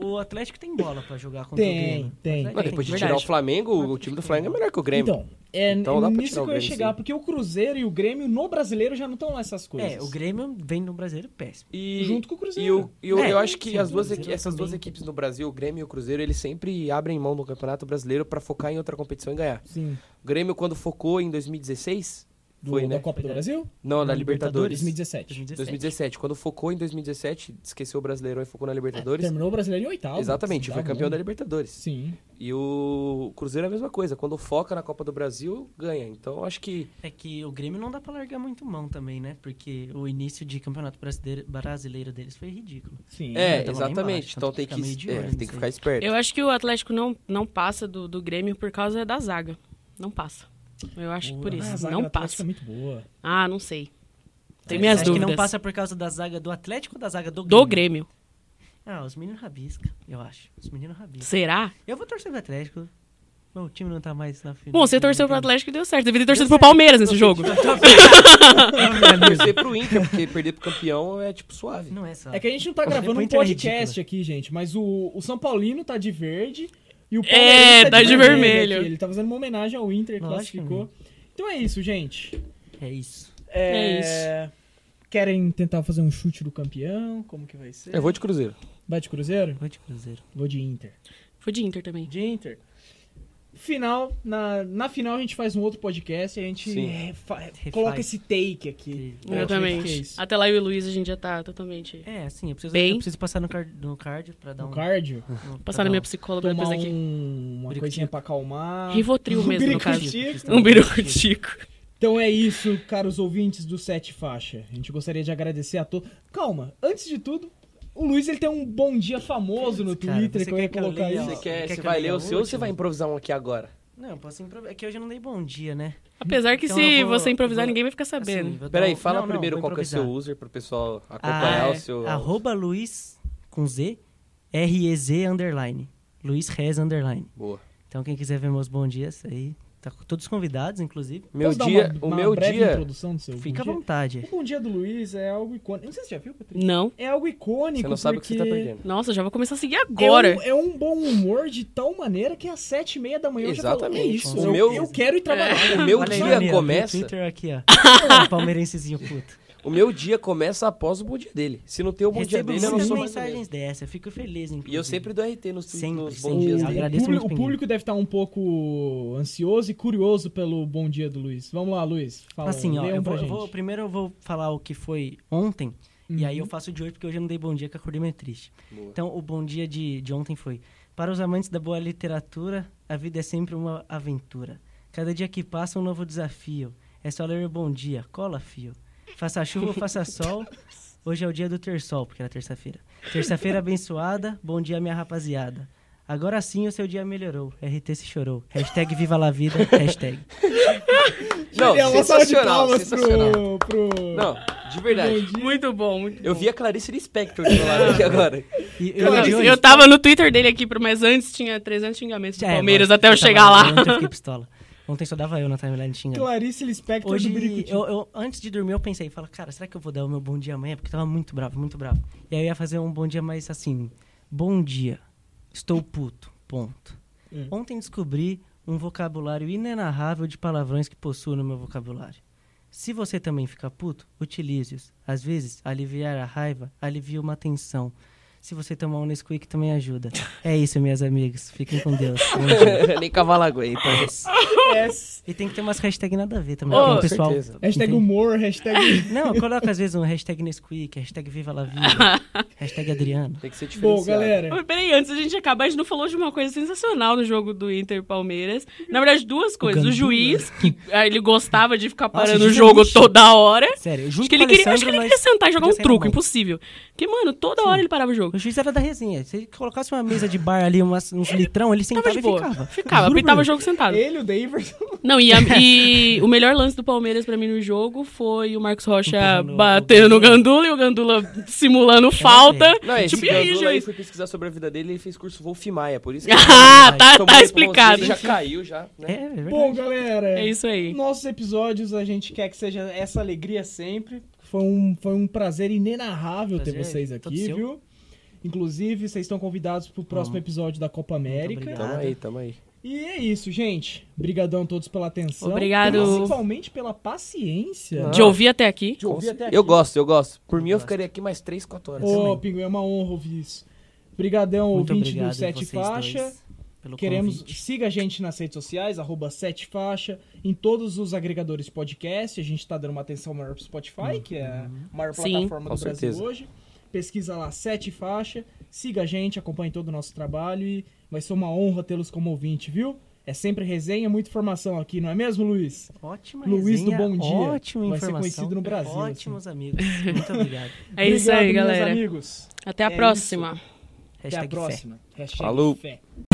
D: O, o Atlético tem bola pra jogar contra o
A: Tem,
D: Grêmio.
A: tem.
C: Mas depois de
B: Verdade.
C: tirar o Flamengo, o time do Flamengo é melhor que o *laughs* Grêmio.
A: Então, é
C: Então dá pra
A: nisso
C: tirar o
A: que eu ia
C: Grêmio,
A: chegar,
C: sim.
A: porque o Cruzeiro e o Grêmio no brasileiro já não estão lá essas coisas.
D: É, o Grêmio vem no brasileiro péssimo.
C: E,
A: Junto com o
C: e
A: Cruzeiro.
C: o- e o-
D: É,
C: eu acho que
D: sim,
C: as duas,
D: Cruzeiro
C: equi- essas duas
D: também.
C: equipes no Brasil, o Grêmio e o Cruzeiro, eles sempre abrem mão do Campeonato Brasileiro pra focar em outra competição e ganhar.
A: Sim.
C: O Grêmio, quando focou em 2016,
A: Do,
C: foi,
A: da
C: né?
A: Copa do Brasil?
C: Não, da
D: Da
C: Libertadores.
A: 2017.
D: 2017.
C: 2017. Quando focou em 2017, esqueceu o Brasileirão e focou na Libertadores.
A: É, Terminou o brasileiro em oitavo.
C: Exatamente, foi campeão da Libertadores.
A: né? Sim.
C: E o Cruzeiro é a mesma coisa. Quando foca na Copa do Brasil, ganha. Então eu acho que.
D: É que o Grêmio não dá pra largar muito mão também, né? Porque o início de campeonato brasileiro, brasileiro deles foi ridículo.
A: Sim.
C: É,
D: tava lá embaixo,
C: exatamente.
D: então
C: Então tem
D: tem que
C: que,
D: ficar meio de
C: é,
D: olho
C: tem
D: nisso
C: que
D: aí.
C: ficar esperto.
B: Eu acho que o Atlético não, não passa do, do Grêmio por causa da zaga. Não passa. Eu acho que por
A: Ah, a
B: isso.
A: zaga do
B: Não
A: Atlético
B: passa.
A: É muito
B: *laughs*
A: boa.
B: Ah, não sei. Tem
D: Você
B: minhas
D: acha
B: dúvidas.
D: Tá É, que não passa por causa da zaga do Atlético ou da zaga do Grêmio?
B: Do Grêmio.
D: Ah, os meninos rabisca, eu acho. Os meninos rabisca.
B: Será?
D: Eu vou torcer pro Atlético. Meu time não tá mais na final.
B: Bom, você torceu pro Atlético e deu certo. Devia ter torcido pro Palmeiras nesse jogo. é
C: Torcer pro Inter, porque perder pro campeão é tipo suave.
D: Não é só.
A: É que a gente não tá gravando um
D: Muito ridículo.
B: né?
A: podcast aqui, gente, mas o, o São Paulino tá de verde e o
B: É,
A: Palmeirense
B: tá de vermelho.
A: aqui. Ele tá fazendo uma homenagem ao Inter que
D: Lógico.
A: classificou. Então é isso, gente.
D: É isso.
B: É
A: isso. Querem tentar fazer um chute do campeão? Como que vai ser?
C: Eu vou de Cruzeiro.
A: Vai de Cruzeiro?
D: Vou de Cruzeiro.
A: Vou de Inter.
B: Foi de Inter também.
A: de Inter. Final, na, na final a gente faz um outro podcast e a gente
C: Sim.
A: refa-
D: Refaz.
A: coloca esse take aqui.
D: Sim.
A: Eu acho que é
B: Exatamente.
A: isso.
B: Até lá eu e o Luiz a gente já tá totalmente.
D: É, assim, eu preciso,
B: Bem.
D: eu preciso passar no, car no cardio pra dar
A: No
D: um.
A: cardio,
D: um- pra
B: Passar
D: dar
B: na minha
D: um-
B: psicóloga
A: tomar
B: depois aqui.
A: um- uma
D: Biricutico.
A: coisinha pra acalmar. *laughs*
B: Rivotril
A: Um
B: mesmo, no caso.
A: biricutico.
B: *laughs* Um birucutico.
A: Então é isso, caros ouvintes do Sete Faixa. A gente gostaria de agradecer a todos. Calma, antes de tudo, o Luiz ele tem um bom dia famoso no
D: Cara,
A: Twitter
D: você
A: que eu ia
D: quer que eu
A: colocar
D: leia?
A: isso.
C: Você quer,
D: Quer
C: você
D: que eu
C: vai
D: leia
C: ler o
D: o
C: seu ou você
D: último?
C: vai improvisar um aqui agora?
D: Não, eu posso improvisar. É que hoje eu não dei bom dia, né?
B: Apesar que
D: Então
B: se
D: eu vou-
B: você improvisar,
D: eu vou-
B: ninguém vai ficar sabendo.
D: Assim, vou dar
C: Peraí,
D: um-
C: fala
D: não, não,
C: primeiro
D: vou
C: qual que é o seu
D: improvisar.
C: user pro pessoal
D: Ah,
C: acompanhar
D: é.
C: o seu.
D: Arroba Luiz com Z, R-E-Z underline. Luiz Rez underline.
C: Boa.
D: Então, quem quiser ver meus bons dias aí, tá com todos convidados, inclusive.
C: Meu
A: Posso dar
C: dia,
A: uma-
C: o
A: uma
C: meu
A: breve
C: dia.
A: introdução do seu
D: Fica à
A: bom dia?
D: vontade.
A: O bom dia do Luiz é algo icônico. Não sei se você já viu, Patrícia.
B: Não.
A: É algo icônico.
C: Você não sabe o que
A: porque
C: você tá perdendo.
B: Nossa, já vou começar a seguir
A: é um-
B: agora.
A: É um, bom humor de tal maneira que é às sete e meia da manhã
C: Exatamente.
A: eu já falo, "É
C: O
A: isso, eu,
C: meu-
A: eu quero ir trabalhar.
C: O meu
D: Olha aí,
C: dia
D: Daniel,
C: começa.
D: meu Twitter aqui,
C: *laughs*
D: ó. um Palmeirensezinho puto.
C: O meu dia começa após o bom dia dele. Se não tem o bom dia
D: Recebo
C: dele, eu não
D: muitas
C: sou mais o mesmo.
D: mensagens dessa, eu fico feliz, inclusive.
C: E eu sempre dou RT nos, tweets,
D: Sempre,
C: nos
D: sempre.
C: bons dias
D: Eu
C: dele.
A: O
D: agradeço
A: público,
D: muito,
A: o
D: Pinguim.
A: público deve estar um pouco ansioso e curioso pelo bom dia do Luiz. Vamos lá, Luiz. Fala,
D: Assim, ó,
A: leia um
D: eu
A: pra
D: vou,
A: gente. Uhum.
D: vou- primeiro eu vou falar o que foi ontem, e aí eu faço de hoje, porque hoje eu não dei bom dia, que eu acordei meio triste.
C: Boa.
D: Então, o bom dia de, de ontem foi: Para os amantes da boa literatura, a vida é sempre uma aventura. Cada dia que passa, um novo desafio. É só ler o bom dia, cola, fio. Faça chuva
A: *laughs*
D: ou faça sol, hoje é o dia do ter sol, porque era terça-feira. Terça-feira abençoada, bom dia, minha rapaziada. Agora sim o seu dia melhorou. RT se chorou. Hashtag viva la vida, hashtag.
C: Não,
A: Genial, uma salva de
C: sensacional,
A: palmas
C: sensacional.
A: Pro, pro-
C: Não, de verdade.
A: Bom dia.
B: Muito bom, muito bom.
C: Eu vi a Clarice Lispector do meu *laughs* lado aqui agora.
D: E
B: Eu,
D: o de hoje-
B: eu tava no Twitter dele aqui, pro- mas antes tinha 300 xingamentos do
D: É,
B: Palmeiras
D: mano,
B: até eu
D: tava-
B: chegar lá.
D: Ontem eu fiquei pistola. Ontem só dava eu na timeline xingando.
A: Clarice Lispector do
D: Hoje,
A: Birikuti.
D: eu, eu- antes de dormir, eu pensei, fala, cara, será que eu vou dar o meu bom dia amanhã? Porque eu tava muito bravo, muito bravo. E aí eu ia fazer um bom dia mais assim, bom dia, estou puto, ponto.
A: Hum.
D: Ontem descobri um vocabulário inenarrável de palavrões que possuo no meu vocabulário. Se você também fica puto, utilize-os. Às vezes, aliviar a raiva alivia uma tensão. Se você tomar um Nesquik, também ajuda. É isso, minhas amigas. Fiquem com Deus. Bom dia.
C: Nem cavalo aguenta. então
A: Yes.
D: E tem que ter umas hashtags nada a ver também.
B: Ô,
D: porque
B: com
D: o pessoal.
C: certeza.
A: Hashtag
D: Entendi.
A: humor,
D: *laughs*
A: hashtag... *laughs*
D: Não, coloca às vezes um hashtag Nesquik, hashtag Viva
B: *laughs*
D: La Vida, hashtag Adriano.
C: Tem que ser diferenciado.
A: Bom, galera.
B: Mas Peraí, antes da gente acabar, a gente não falou de uma coisa sensacional no jogo do Inter e Palmeiras. Na verdade, duas coisas. O,
D: Gandula.
B: juiz, que ah, ele gostava de ficar
D: Nossa,
B: parando o
D: juiz é
B: jogo
D: lixo.
B: toda hora.
D: Sério, junto
B: Acho que, ele
D: com o
B: queria, acho
D: Alessandro,
B: que ele
D: nós-
B: queria sentar e jogar um
D: podia sair na
B: truco,
D: mão.
B: impossível. Porque, mano, toda hora ele parava o jogo.
D: O juiz era da resenha. Se ele colocasse uma mesa de bar ali, umas, uns litrão, ele sentava
B: Tava de
D: e
B: boa.
D: ficava.
B: Ficava,
D: Juro por
B: pintava o
D: Deus.
B: jogo sentado.
A: Ele, o Daverson.
B: Não,
D: *laughs*
B: e, a- e o melhor lance do Palmeiras pra mim no jogo foi o Marcos Rocha
D: Empurrando o- É
B: batendo no Gandula e o Gandula simulando falta.
C: Não, esse
B: tipo, e aí,
C: Gandula aí
B: juiz?
C: fui pesquisar sobre a vida dele e ele fez curso Wolf Maia,
B: *laughs*
C: por isso que
B: Ah, tá,
C: tomou
B: tá
C: um
B: explicado.
C: empurrãozinho e já caiu, já. né?
D: É, é verdade.
A: Bom, galera.
B: É isso aí.
A: Nossos episódios, a gente quer que seja essa alegria sempre. Foi um, foi um prazer inenarrável ter
D: Prazer,
A: vocês
D: todo
A: aqui,
D: seu.
A: viu? Inclusive, vocês estão convidados pro próximo episódio da Copa América.
D: obrigado.
C: Tamo aí, tamo aí.
A: E é isso, gente. Obrigadão a todos pela atenção.
B: Obrigado.
A: Principalmente pela paciência.
B: De ouvir até aqui.
A: De ouvir até aqui.
C: Eu gosto, eu gosto. Por mim, eu ficaria aqui mais 3, 4 horas.
A: Ô, Pinguim, é uma honra ouvir isso. Obrigadão,
D: Muito
A: ouvinte
D: obrigado
A: do Sete
D: vocês
A: Faixa.
D: dois pelo
A: Queremos,
D: convite.
A: siga a gente nas redes sociais, arroba sete faixa, em todos os agregadores de podcast. A gente está dando uma atenção maior pro Spotify, que é a
D: Uhum.
A: maior
B: Sim.
A: plataforma
C: Com
A: do Brasil
C: certeza.
A: hoje. Pesquisa lá sete faixa, siga a gente, acompanhe todo o nosso trabalho e vai ser uma honra tê-los como ouvinte, viu? É sempre resenha, muita informação aqui, não é mesmo, Luiz?
D: Ótima
A: Luiz do
D: resenha,
A: Bom Dia.
D: Ótima
A: Vai ser
D: informação.
A: conhecido no Brasil, assim.
D: Ótimos amigos. Muito obrigado.
B: É isso
A: Obrigado,
B: aí,
A: meus
B: galera.
A: amigos.
B: Até a
A: É
B: próxima.
A: *laughs* Até a
D: Hashtag fé.
A: próxima. Hashtag
C: Falou.
A: fé.